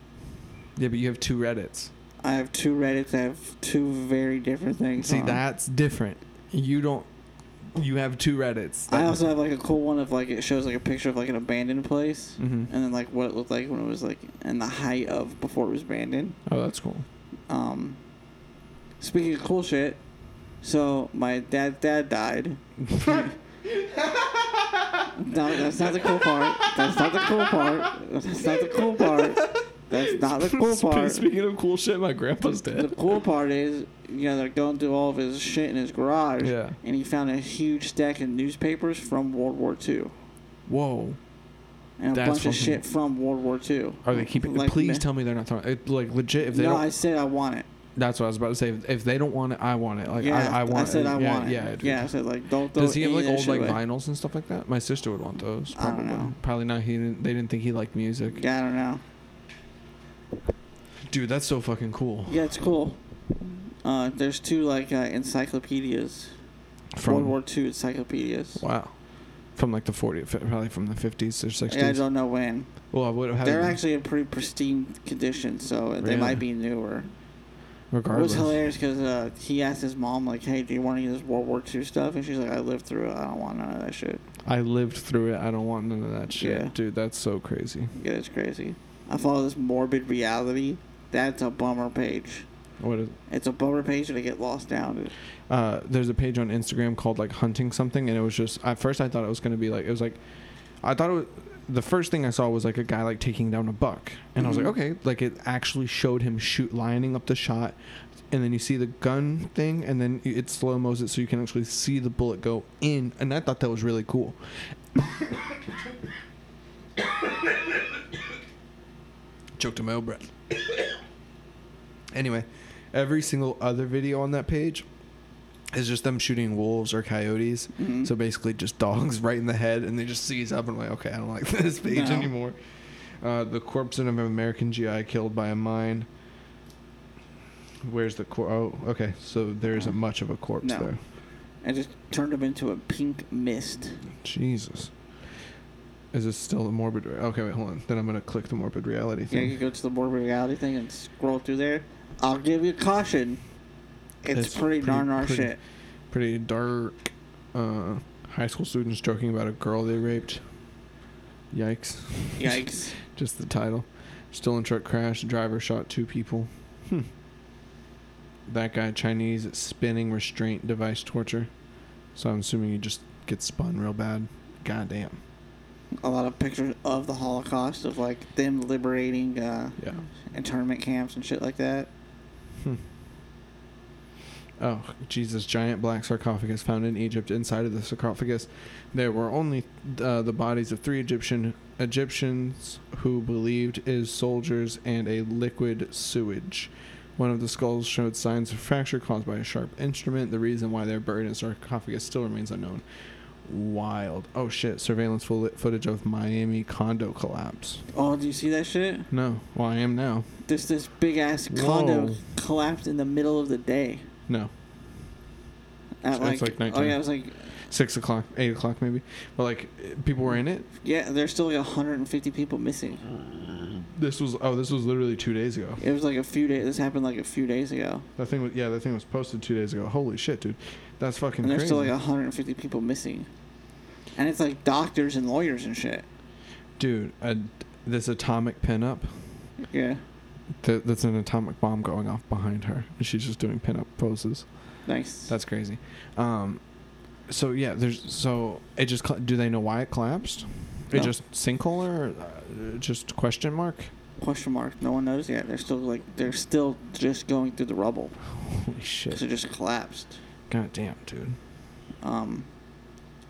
[SPEAKER 2] yeah, but you have two Reddits.
[SPEAKER 1] I have two Reddits. I have two very different things.
[SPEAKER 2] See,
[SPEAKER 1] on.
[SPEAKER 2] that's different. You don't. You have two Reddits.
[SPEAKER 1] I also have like a cool one of like it shows like a picture of like an abandoned place
[SPEAKER 2] hmm
[SPEAKER 1] and then like what it looked like when it was like in the height of before it was abandoned.
[SPEAKER 2] Oh, that's cool.
[SPEAKER 1] Um, speaking of cool shit, so my dad's dad died. no, that's not the cool part. That's not the cool part. That's not the cool part. That's not the cool part.
[SPEAKER 2] Speaking of cool shit, my grandpa's
[SPEAKER 1] The
[SPEAKER 2] dead.
[SPEAKER 1] cool part is, you know, they're going through all of his shit in his garage,
[SPEAKER 2] Yeah.
[SPEAKER 1] and he found a huge stack of newspapers from World War II.
[SPEAKER 2] Whoa.
[SPEAKER 1] And a
[SPEAKER 2] That's
[SPEAKER 1] bunch of
[SPEAKER 2] fucking-
[SPEAKER 1] shit from World War II.
[SPEAKER 2] Are they keeping?
[SPEAKER 1] Like,
[SPEAKER 2] please
[SPEAKER 1] me-
[SPEAKER 2] tell me they're not throwing. It, like legit, if they
[SPEAKER 1] no,
[SPEAKER 2] don't,
[SPEAKER 1] I said I want it.
[SPEAKER 2] that's what I was about to say. If, if they don't want it, I want it. Like
[SPEAKER 1] yeah,
[SPEAKER 2] I, I want.
[SPEAKER 1] said
[SPEAKER 2] it.
[SPEAKER 1] I
[SPEAKER 2] yeah,
[SPEAKER 1] want it.
[SPEAKER 2] Yeah,
[SPEAKER 1] Yeah,
[SPEAKER 2] dude.
[SPEAKER 1] I said like don't. throw
[SPEAKER 2] Does he have
[SPEAKER 1] any
[SPEAKER 2] like
[SPEAKER 1] of that
[SPEAKER 2] old
[SPEAKER 1] shit
[SPEAKER 2] like
[SPEAKER 1] away.
[SPEAKER 2] vinyls and stuff like that? My sister would want those.
[SPEAKER 1] I
[SPEAKER 2] Probably.
[SPEAKER 1] don't know.
[SPEAKER 2] Probably not. He didn't. They didn't think he liked music.
[SPEAKER 1] Yeah, I don't know.
[SPEAKER 2] Dude, that's so fucking cool.
[SPEAKER 1] Yeah, it's cool. Uh, there's two like uh, encyclopedias, World
[SPEAKER 2] From
[SPEAKER 1] War II encyclopedias.
[SPEAKER 2] wow, from like the 40s, fi- probably from the 50s or 60s.
[SPEAKER 1] Yeah, I don't know when.
[SPEAKER 2] well, I would have had.
[SPEAKER 1] They're
[SPEAKER 2] it
[SPEAKER 1] actually in pretty pristine condition, so they
[SPEAKER 2] Really?
[SPEAKER 1] might be newer. It was
[SPEAKER 2] regardless.
[SPEAKER 1] hilarious because uh, he asked his mom like, "Hey, do you want any of this World War II stuff?" And she's like, "I lived through it. I don't want none of that shit."
[SPEAKER 2] I lived through it. I don't want none of that shit,
[SPEAKER 1] Yeah.
[SPEAKER 2] dude. That's so crazy.
[SPEAKER 1] Yeah, it's crazy. I follow this morbid reality. That's a bummer page.
[SPEAKER 2] What is?
[SPEAKER 1] It's a bummer page that I get lost down. to.
[SPEAKER 2] uh, there's a page on Instagram called like hunting something, and it was just at first I thought it was gonna be like it was like, I thought it was, the first thing I saw was like a guy like taking down a buck, and I was like
[SPEAKER 1] Mhm.
[SPEAKER 2] okay, like it actually showed him shoot lining up the shot, and then you see the gun thing, and then y- it slow mo's it so you can actually see the bullet go in, and I thought that was really cool. Choked on my own breath. Anyway, every single other video on that page is just them shooting wolves or coyotes.
[SPEAKER 1] Mhm.
[SPEAKER 2] So basically, just dogs right in the head, and they just seize up and like, okay, I don't like this page
[SPEAKER 1] No.
[SPEAKER 2] anymore. Uh, the corpse of an American GI killed by a mine. Where's the cor? Oh, okay. So there isn't much of a corpse
[SPEAKER 1] No.
[SPEAKER 2] there.
[SPEAKER 1] I just turned him into a pink mist.
[SPEAKER 2] Mm-hmm. Jesus. Is this still the morbid? Re- okay, wait, hold on. Then I'm gonna click the morbid reality
[SPEAKER 1] Yeah, you
[SPEAKER 2] thing.
[SPEAKER 1] can go to the morbid reality thing and scroll through there. I'll give you caution. It's,
[SPEAKER 2] It's
[SPEAKER 1] pretty,
[SPEAKER 2] pretty-
[SPEAKER 1] darn our
[SPEAKER 2] pretty-
[SPEAKER 1] shit.
[SPEAKER 2] Pretty dark. Uh, high school students joking about a girl they raped. Yikes.
[SPEAKER 1] Yikes.
[SPEAKER 2] Just the title. Stolen truck crash. Driver shot two people. Hmm. That guy Chinese spinning restraint device torture. So I'm assuming he just gets spun real bad. Goddamn.
[SPEAKER 1] A lot of pictures of the Holocaust, of like them liberating uh,
[SPEAKER 2] Yeah.
[SPEAKER 1] internment camps and shit like that.
[SPEAKER 2] Hmm. Oh, Jesus! Giant black sarcophagus found in Egypt. Inside of the sarcophagus, there were only uh, the bodies of three Egyptian Egyptians who believed is soldiers and a liquid sewage. One of the skulls showed signs of fracture caused by a sharp instrument. The reason why they're buried in a sarcophagus still remains unknown. Wild. Oh shit! Surveillance fo- footage of Miami condo collapse.
[SPEAKER 1] Oh, do you see that shit?
[SPEAKER 2] No. Well, I am now.
[SPEAKER 1] This this big ass
[SPEAKER 2] Whoa.
[SPEAKER 1] condo collapsed in the middle of the day.
[SPEAKER 2] No.
[SPEAKER 1] At
[SPEAKER 2] So
[SPEAKER 1] like,
[SPEAKER 2] it's like nighttime.
[SPEAKER 1] oh yeah, it was like
[SPEAKER 2] Six o'clock, eight o'clock maybe. But like, people were in it.
[SPEAKER 1] yeah, there's still like 150 people missing.
[SPEAKER 2] This was oh, this was literally two days ago.
[SPEAKER 1] It was like a few days. This happened like a few days ago,
[SPEAKER 2] That thing was yeah, that thing was posted two days ago. Holy shit, dude, that's fucking
[SPEAKER 1] and there's
[SPEAKER 2] crazy,
[SPEAKER 1] still like 150 people missing. And it's like doctors and lawyers and shit.
[SPEAKER 2] dude. A, this atomic pinup.
[SPEAKER 1] Yeah,
[SPEAKER 2] Th- that's an atomic bomb going off behind her, and she's just doing pinup poses.
[SPEAKER 1] nice.
[SPEAKER 2] That's crazy. Um, so yeah, there's so it just cl- do they know why it collapsed? It
[SPEAKER 1] No.
[SPEAKER 2] just sinkhole or uh, just question mark?
[SPEAKER 1] Question mark. No one knows yet. They're still like they're still just going through the rubble
[SPEAKER 2] Holy
[SPEAKER 1] because it
[SPEAKER 2] shit!
[SPEAKER 1] just collapsed.
[SPEAKER 2] God damn, dude.
[SPEAKER 1] Um,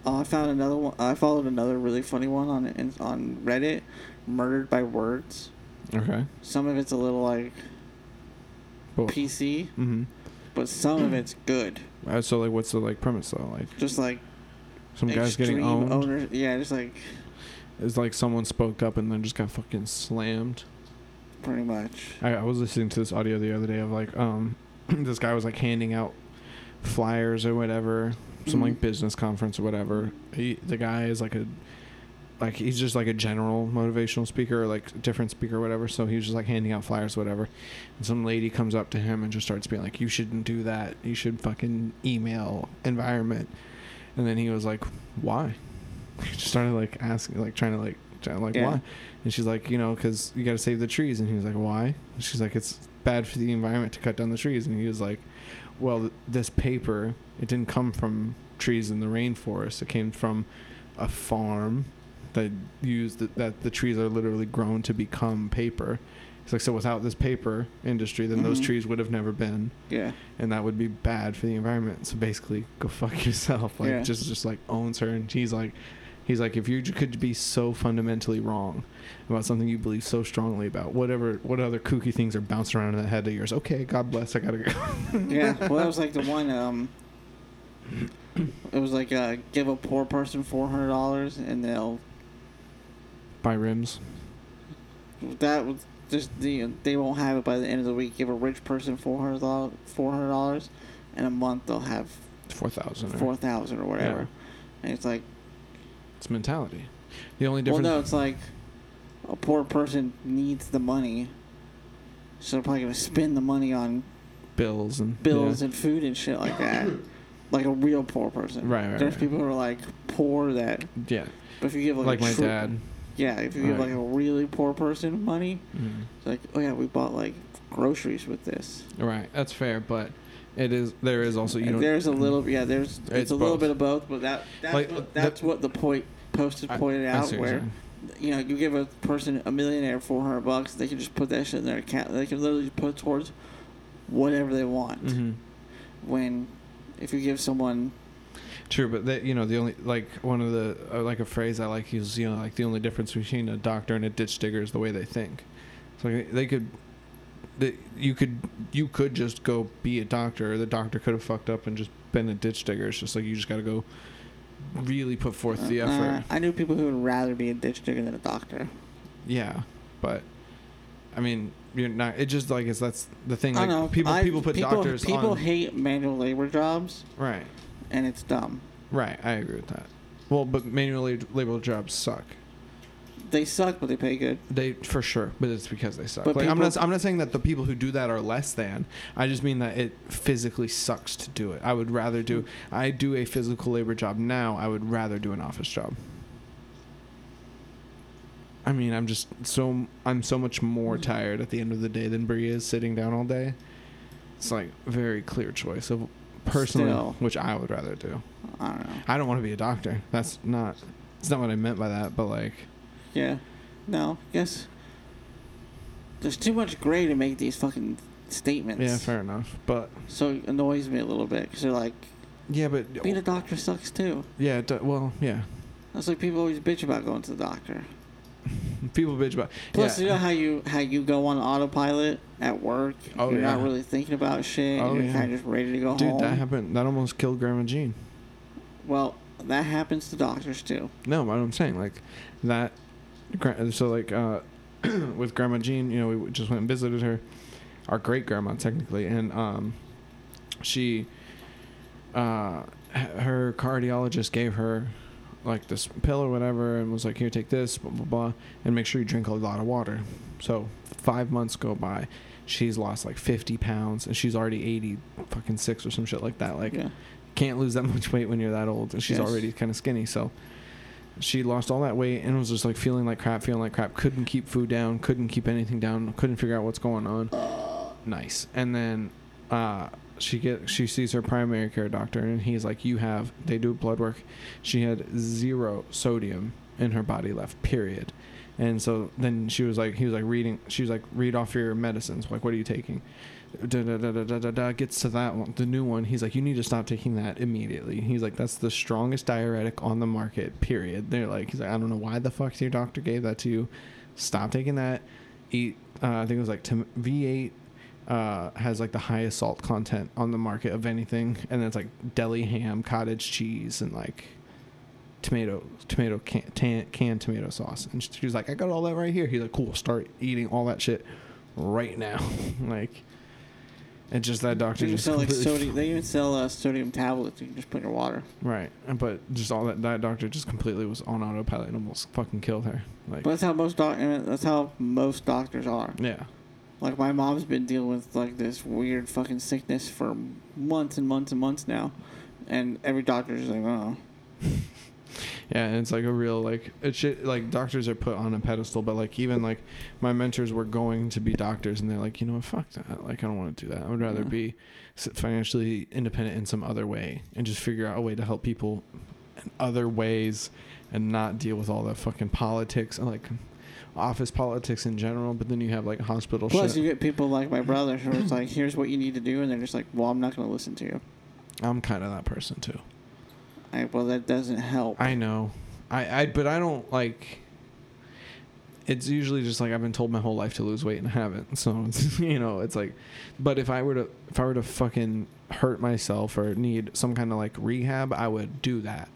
[SPEAKER 1] oh, I found another one. I followed another really funny one on in- on Reddit, murdered by words.
[SPEAKER 2] Okay.
[SPEAKER 1] Some of it's a little like
[SPEAKER 2] Well,
[SPEAKER 1] PC,
[SPEAKER 2] mm-hmm.
[SPEAKER 1] but some of it's good.
[SPEAKER 2] Uh, so like, what's the like premise though? Like,
[SPEAKER 1] Just like
[SPEAKER 2] some guy's getting
[SPEAKER 1] extreme
[SPEAKER 2] owned.
[SPEAKER 1] owner. Yeah, just like
[SPEAKER 2] It's like someone spoke up and then just got fucking slammed.
[SPEAKER 1] pretty much.
[SPEAKER 2] I, I was listening to this audio the other day of like um this guy was like handing out flyers or whatever some like
[SPEAKER 1] Mhm.
[SPEAKER 2] business conference or whatever he, the guy is like a like he's just like a general motivational speaker or like different speaker or whatever so he was just like handing out flyers or whatever and some lady comes up to him and just starts being like you shouldn't do that you should fucking email environment and then he was like why he just started like asking like trying to like trying, like
[SPEAKER 1] Yeah.
[SPEAKER 2] why and she's like, you know, because you got to save the trees. And he was like, why? And she's like, it's bad for the environment to cut down the trees. And he was like, well, th- this paper, it didn't come from trees in the rainforest. It came from a farm that used th- that the trees are literally grown to become paper. He's like, so without this paper industry, then those
[SPEAKER 1] Mhm.
[SPEAKER 2] trees would have never been,
[SPEAKER 1] Yeah,
[SPEAKER 2] and that would be bad for the environment. So basically, go fuck yourself. Like
[SPEAKER 1] Yeah.
[SPEAKER 2] just just like owns her, and he's like, he's like, if you j- could be so fundamentally wrong about something you believe so strongly about, whatever, what other kooky things are bouncing around in that head of yours? Okay, God bless, I gotta go.
[SPEAKER 1] yeah. well, that was like the one. Um, it was like uh, give a poor person four hundred dollars and they'll.
[SPEAKER 2] Buy rims.
[SPEAKER 1] That was just the they won't have it by the end of the week. Give a rich person four hundred dollars, four hundred dollars, and a month they'll have
[SPEAKER 2] Four thousand.
[SPEAKER 1] four thousand or whatever. And it's like,
[SPEAKER 2] It's mentality. The only
[SPEAKER 1] well,
[SPEAKER 2] difference.
[SPEAKER 1] no, it's like a poor person needs the money, so they're probably gonna spend the money on
[SPEAKER 2] bills and
[SPEAKER 1] bills
[SPEAKER 2] Yeah.
[SPEAKER 1] and food and shit like that. Like a real poor person.
[SPEAKER 2] Right, right,
[SPEAKER 1] There's
[SPEAKER 2] right.
[SPEAKER 1] people who are like poor that,
[SPEAKER 2] yeah,
[SPEAKER 1] but if you give like, a
[SPEAKER 2] like my
[SPEAKER 1] true-
[SPEAKER 2] dad.
[SPEAKER 1] Yeah, if you give
[SPEAKER 2] Right.
[SPEAKER 1] like a really poor person money,
[SPEAKER 2] Mm.
[SPEAKER 1] it's like, oh yeah, we bought like groceries with this.
[SPEAKER 2] Right, that's fair, but it is there is also you
[SPEAKER 1] And
[SPEAKER 2] don't. Mm.
[SPEAKER 1] there's a little, yeah, there's it's,
[SPEAKER 2] It's
[SPEAKER 1] a little
[SPEAKER 2] both.
[SPEAKER 1] bit of both, but that that's
[SPEAKER 2] Like,
[SPEAKER 1] what,
[SPEAKER 2] the-
[SPEAKER 1] that's what the point posted
[SPEAKER 2] I-
[SPEAKER 1] pointed
[SPEAKER 2] Mm-hmm. I
[SPEAKER 1] out
[SPEAKER 2] see what you're
[SPEAKER 1] where you know you give a person a millionaire four hundred bucks, they can just put that shit in their account. They can literally put towards whatever they want.
[SPEAKER 2] saying. Mhm.
[SPEAKER 1] When if you give someone
[SPEAKER 2] True, but that you know the only like one of the uh, like a phrase I like is you know like the only difference between a doctor and a ditch digger is the way they think. So like, they could, they, you could you could just go be a doctor. or The doctor could have fucked up and just been a ditch digger. It's just like you just got to go really put forth the
[SPEAKER 1] Uh,
[SPEAKER 2] effort.
[SPEAKER 1] I knew people who would rather be a ditch digger than a doctor.
[SPEAKER 2] Yeah, but I mean you're not. It just like it's that's the thing.
[SPEAKER 1] I
[SPEAKER 2] Like
[SPEAKER 1] don't know.
[SPEAKER 2] people
[SPEAKER 1] I-
[SPEAKER 2] people put doctors
[SPEAKER 1] People
[SPEAKER 2] on
[SPEAKER 1] hate manual labor jobs,
[SPEAKER 2] right.
[SPEAKER 1] and it's dumb.
[SPEAKER 2] Right, I agree with that. Well, but manual lab- labor jobs suck.
[SPEAKER 1] They suck, but they pay good.
[SPEAKER 2] They for sure, but it's because they suck.
[SPEAKER 1] But
[SPEAKER 2] like I'm
[SPEAKER 1] people-
[SPEAKER 2] not I'm not saying that the people who do that are less than. I just mean that it physically sucks to do it. I would rather do I do a physical labor job now. I would rather do an office job. I mean, I'm just so I'm so much more tired at the end of the day than Brie is sitting down all day. It's like very clear choice of personally,
[SPEAKER 1] Still.
[SPEAKER 2] which I would rather do.
[SPEAKER 1] I don't know.
[SPEAKER 2] I don't want to be a doctor. That's not. It's not what I meant by that. But like,
[SPEAKER 1] Yeah. No, I guess there's too much gray to make these fucking statements.
[SPEAKER 2] yeah, fair enough. But
[SPEAKER 1] So it annoys me a little bit because they're like,
[SPEAKER 2] yeah, but
[SPEAKER 1] being a doctor sucks too.
[SPEAKER 2] yeah. it do- Well, yeah.
[SPEAKER 1] That's like people always bitch about going to the doctor.
[SPEAKER 2] People bitch about.
[SPEAKER 1] Plus,
[SPEAKER 2] yeah.
[SPEAKER 1] you know how you how you go on autopilot at work.
[SPEAKER 2] Oh,
[SPEAKER 1] you're
[SPEAKER 2] yeah.
[SPEAKER 1] not really thinking about shit.
[SPEAKER 2] Oh,
[SPEAKER 1] you're
[SPEAKER 2] yeah.
[SPEAKER 1] kind of just ready to go
[SPEAKER 2] dude,
[SPEAKER 1] home.
[SPEAKER 2] that happened. That almost killed Grandma Jean.
[SPEAKER 1] well, that happens to doctors too.
[SPEAKER 2] No, but I'm saying like that. gra- So like uh, with Grandma Jean, you know, we just went and visited her, our great grandma technically, and um, she, uh, h- her cardiologist gave her like this pill or whatever, and was like, "Here, take this, blah blah blah, and make sure you drink a lot of water." So five months go by. She's lost like 50 pounds, and she's already 80, fucking six or some shit like that. Like,
[SPEAKER 1] yeah.
[SPEAKER 2] can't lose that much weight when you're that old and she's
[SPEAKER 1] Yes.
[SPEAKER 2] already kind of skinny so she lost all that weight and was just like feeling like crap feeling like crap couldn't keep food down couldn't keep anything down couldn't figure out what's going on nice and then uh she get she sees her primary care doctor and he's like you have they do blood work she had zero sodium in her body left period and so then she was like he was like reading she was like read off your medicines like what are you taking da, da, da, da, da, da, da, gets to that one, the new one. He's like, you need to stop taking that immediately. He's like, that's the strongest diuretic on the market, period. They're like, he's like, I don't know why the fuck your doctor gave that to you. Stop taking that. Eat, uh, I think it was like tom- V8 uh, has like the highest salt content on the market of anything, and it's like deli ham, cottage cheese, and like tomato tomato can, tan, canned tomato sauce. And she was like, "I got all that right here." He's like, "Cool, start eating all that shit right now." like, and just that doctor
[SPEAKER 1] They even
[SPEAKER 2] just
[SPEAKER 1] sell like
[SPEAKER 2] completely
[SPEAKER 1] sodium. They even sell uh, sodium tablets. You can just put in your water.
[SPEAKER 2] right, but just all that that doctor just completely was on autopilot and almost fucking killed her. Like,
[SPEAKER 1] But that's how most doc. I mean, That's how most doctors are.
[SPEAKER 2] yeah,
[SPEAKER 1] Like my mom's been dealing with like this weird fucking sickness for months and months and months now, and every doctor's just like, oh,
[SPEAKER 2] Yeah, and it's like a real like it should like doctors are put on a pedestal, but like even like my mentors were going to be doctors, and they're like, you know what, fuck that. Like I don't want to do that. I would rather
[SPEAKER 1] Yeah.
[SPEAKER 2] be s- financially independent in some other way and just figure out a way to help people in other ways, and not deal with all that fucking politics and like office politics in general. But then you have like hospital
[SPEAKER 1] Plus,
[SPEAKER 2] shit.
[SPEAKER 1] you get people like my brother who is like, "Here's what you need to do," and they're just like, "Well, I'm not going to listen to you."
[SPEAKER 2] I'm kind of that person too.
[SPEAKER 1] I, well, that doesn't help.
[SPEAKER 2] I know. I, I but I don't like it's usually just like I've been told my whole life to lose weight and I haven't. So it's, you know, it's like but if I were to if I were to fucking hurt myself or need some kind of like rehab, I would do that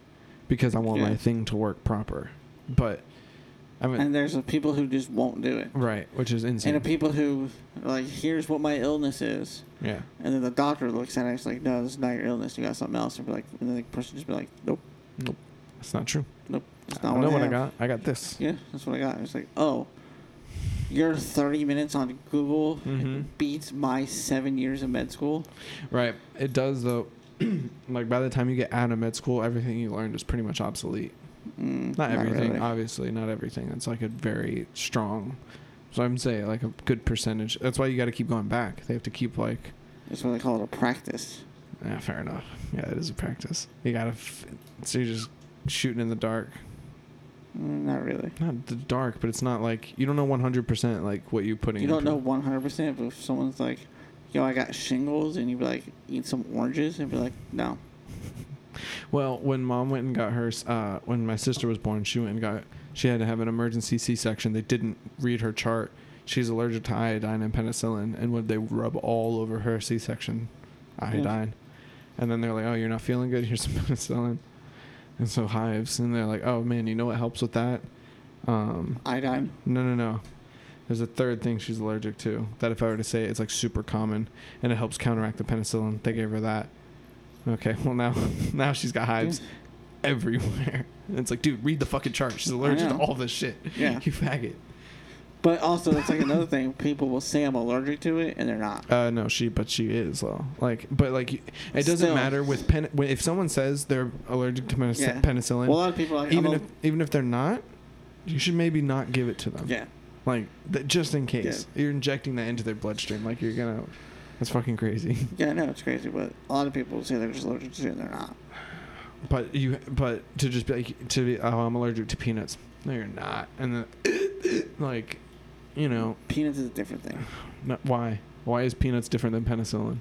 [SPEAKER 2] because I want my
[SPEAKER 1] Yeah.
[SPEAKER 2] thing to work proper. But I mean
[SPEAKER 1] and there's people who just won't do it,
[SPEAKER 2] right, which is
[SPEAKER 1] and
[SPEAKER 2] insane.
[SPEAKER 1] the people who are like, "Here's what my illness is,"
[SPEAKER 2] yeah.
[SPEAKER 1] and then the doctor looks at it and it's like, "No, this is not your illness. You got something else." And be like, and then the person just be like, "Nope,
[SPEAKER 2] That's not true.
[SPEAKER 1] nope, that's
[SPEAKER 2] I
[SPEAKER 1] not
[SPEAKER 2] don't know
[SPEAKER 1] what
[SPEAKER 2] what
[SPEAKER 1] I,
[SPEAKER 2] I
[SPEAKER 1] have."
[SPEAKER 2] got. I got this.
[SPEAKER 1] Yeah, that's what I got. It's like, oh, your 30 minutes on Google
[SPEAKER 2] Mhm.
[SPEAKER 1] beats my seven years of med school.
[SPEAKER 2] Right. It does though. like by the time you get out of med school, everything you learned is pretty much obsolete.
[SPEAKER 1] Mm,
[SPEAKER 2] not everything
[SPEAKER 1] really.
[SPEAKER 2] obviously not everything it's like a very strong so i'm saying like a good percentage that's why you got to keep going back they have to keep like
[SPEAKER 1] That's what they call it a practice.
[SPEAKER 2] yeah fair enough yeah it is a practice you gotta f- so you're just shooting in the dark
[SPEAKER 1] Mm, not really.
[SPEAKER 2] not the dark but it's not like you don't know 100% like what you're putting
[SPEAKER 1] You
[SPEAKER 2] into
[SPEAKER 1] don't know
[SPEAKER 2] it.
[SPEAKER 1] 100%, but if someone's like, yo, I got shingles, and you'd be like, eat some oranges, and be like, no.
[SPEAKER 2] well when mom went and got hers uh, when my sister was born she went and got she had to have an emergency c-section they didn't read her chart she's allergic to iodine and penicillin and would they rub all over her c-section iodine and then they're like oh you're not feeling good here's some penicillin and so hives and they're like oh man you know what helps with that um,
[SPEAKER 1] Iodine.
[SPEAKER 2] no, no, no. There's a third thing she's allergic to that, if I were to say it, it's like super common, and it helps counteract the penicillin. They gave her that. Okay, well now, now she's got hives everywhere. And it's like, dude, read the fucking chart. She's allergic to
[SPEAKER 1] know.
[SPEAKER 2] all this shit.
[SPEAKER 1] Yeah.
[SPEAKER 2] you faggot.
[SPEAKER 1] But also, that's like another thing. People will say I'm allergic to it, and they're not.
[SPEAKER 2] Uh, no, she, but she is though. Like, but like, it doesn't
[SPEAKER 1] Still.
[SPEAKER 2] matter with pen. when- If someone says they're allergic to penic-
[SPEAKER 1] Yeah.
[SPEAKER 2] penicillin,
[SPEAKER 1] Well, a lot of people are like,
[SPEAKER 2] even
[SPEAKER 1] I'm
[SPEAKER 2] if
[SPEAKER 1] al-
[SPEAKER 2] even if they're not, you should maybe not give it to them.
[SPEAKER 1] yeah.
[SPEAKER 2] like th- just in case you're injecting that into their bloodstream like you're gonna that's fucking crazy
[SPEAKER 1] Yeah, I know it's crazy, but a lot of people say they're just allergic to it, and they're not.
[SPEAKER 2] but you but to just be like to be oh i'm allergic to peanuts no you're not and then like you know
[SPEAKER 1] Peanuts is a different thing.
[SPEAKER 2] not, why why is peanuts different than penicillin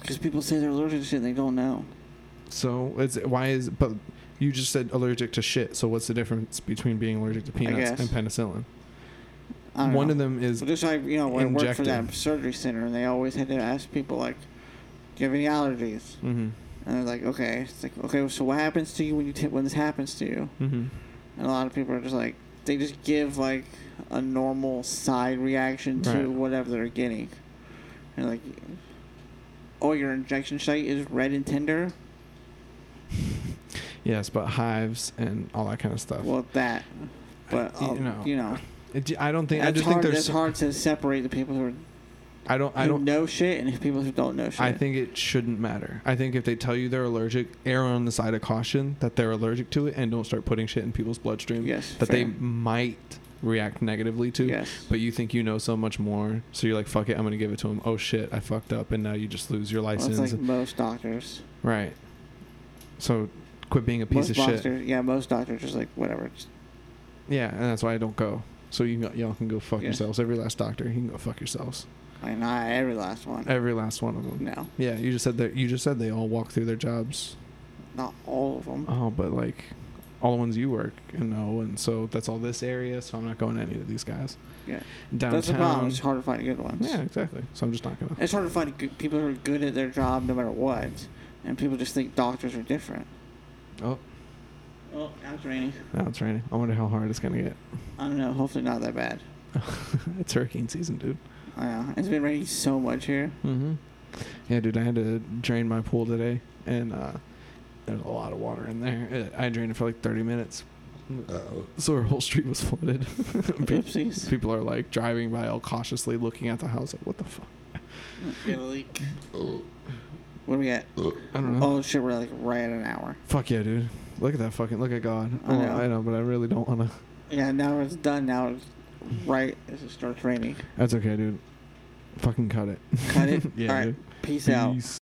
[SPEAKER 1] Because people say they're allergic to shit and they don't know.
[SPEAKER 2] so it's why is but you just said allergic to shit so what's the difference between being allergic to peanuts
[SPEAKER 1] guess.
[SPEAKER 2] and penicillin
[SPEAKER 1] I don't
[SPEAKER 2] one
[SPEAKER 1] know.
[SPEAKER 2] of them is
[SPEAKER 1] But just like, you know, when I worked for
[SPEAKER 2] injected.
[SPEAKER 1] that surgery center, and they always had to ask people, like, do you have any allergies?
[SPEAKER 2] mm-hmm,
[SPEAKER 1] And they're like, okay. It's like, okay, so what happens to you when you t- when this happens to you?
[SPEAKER 2] mm-hmm.
[SPEAKER 1] And a lot of people are just like, they just give, like, a normal side reaction to
[SPEAKER 2] Right.
[SPEAKER 1] whatever they're getting. And, like, oh, your injection site is red and tender?
[SPEAKER 2] yes but hives and all that kind of stuff
[SPEAKER 1] Well, that. But,
[SPEAKER 2] I-
[SPEAKER 1] I'll-
[SPEAKER 2] you know,
[SPEAKER 1] you know.
[SPEAKER 2] It- i don't think
[SPEAKER 1] It's
[SPEAKER 2] i just
[SPEAKER 1] hard,
[SPEAKER 2] think
[SPEAKER 1] it's
[SPEAKER 2] there's
[SPEAKER 1] hard to separate the people who, are,
[SPEAKER 2] i don't i
[SPEAKER 1] who
[SPEAKER 2] don't
[SPEAKER 1] know shit and people who don't know shit.
[SPEAKER 2] I think it shouldn't matter. I think if they tell you they're allergic, err on the side of caution that they're allergic to it and don't start putting shit in people's bloodstream
[SPEAKER 1] yes,
[SPEAKER 2] that they
[SPEAKER 1] fair.
[SPEAKER 2] might react negatively to.
[SPEAKER 1] Yes.
[SPEAKER 2] But you think you know so much more, so you're like, fuck it, I'm going to give it to them. Oh shit, I fucked up. And now you just lose your
[SPEAKER 1] Well,
[SPEAKER 2] license.
[SPEAKER 1] it's like most doctors.
[SPEAKER 2] right. So quit being a piece
[SPEAKER 1] most
[SPEAKER 2] of
[SPEAKER 1] doctors,
[SPEAKER 2] shit.
[SPEAKER 1] Yeah, most doctors just like whatever. Just,
[SPEAKER 2] Yeah, and that's why I don't go. So you can- y'all can go fuck
[SPEAKER 1] Yeah.
[SPEAKER 2] yourselves. Every last doctor, you can go fuck yourselves.
[SPEAKER 1] I not every last one.
[SPEAKER 2] Every last one of them.
[SPEAKER 1] no,
[SPEAKER 2] Yeah, you just said that. You just said they all walk through their jobs.
[SPEAKER 1] not all of them.
[SPEAKER 2] Oh, but like all the ones you work and know, and so that's all this area. So I'm not going to any of these guys.
[SPEAKER 1] Yeah.
[SPEAKER 2] downtown.
[SPEAKER 1] That's the problem. It's hard to find good ones.
[SPEAKER 2] Yeah, exactly. So I'm just not gonna.
[SPEAKER 1] It's hard to find good, people who are good at their job no matter what, and people just think doctors are different.
[SPEAKER 2] Oh,
[SPEAKER 1] Oh, now it's raining.
[SPEAKER 2] now it's raining. I wonder how hard it's gonna get.
[SPEAKER 1] I don't know. Hopefully not that bad.
[SPEAKER 2] it's hurricane season, dude.
[SPEAKER 1] I know. It's been raining so much here.
[SPEAKER 2] Mm-hmm. Yeah, dude, I had to drain my pool today, and uh, there's a lot of water in there. Uh, I drained it for like 30 minutes, so our whole street was flooded. Pe-
[SPEAKER 1] Oopsies.
[SPEAKER 2] People are like driving by all cautiously, looking at the house, like, "What the fuck?"
[SPEAKER 1] Got a leak. What do we at?
[SPEAKER 2] I don't know.
[SPEAKER 1] Oh shit, we're like right at an hour.
[SPEAKER 2] Fuck yeah, dude! Look at that fucking look at God.
[SPEAKER 1] I
[SPEAKER 2] Oh,
[SPEAKER 1] know.
[SPEAKER 2] I know, but I really don't wanna.
[SPEAKER 1] Yeah, now it's done. Now it's right as it starts raining.
[SPEAKER 2] That's okay, dude. Fucking cut it.
[SPEAKER 1] Cut it.
[SPEAKER 2] yeah,
[SPEAKER 1] All right.
[SPEAKER 2] dude.
[SPEAKER 1] Peace out.
[SPEAKER 2] Peace.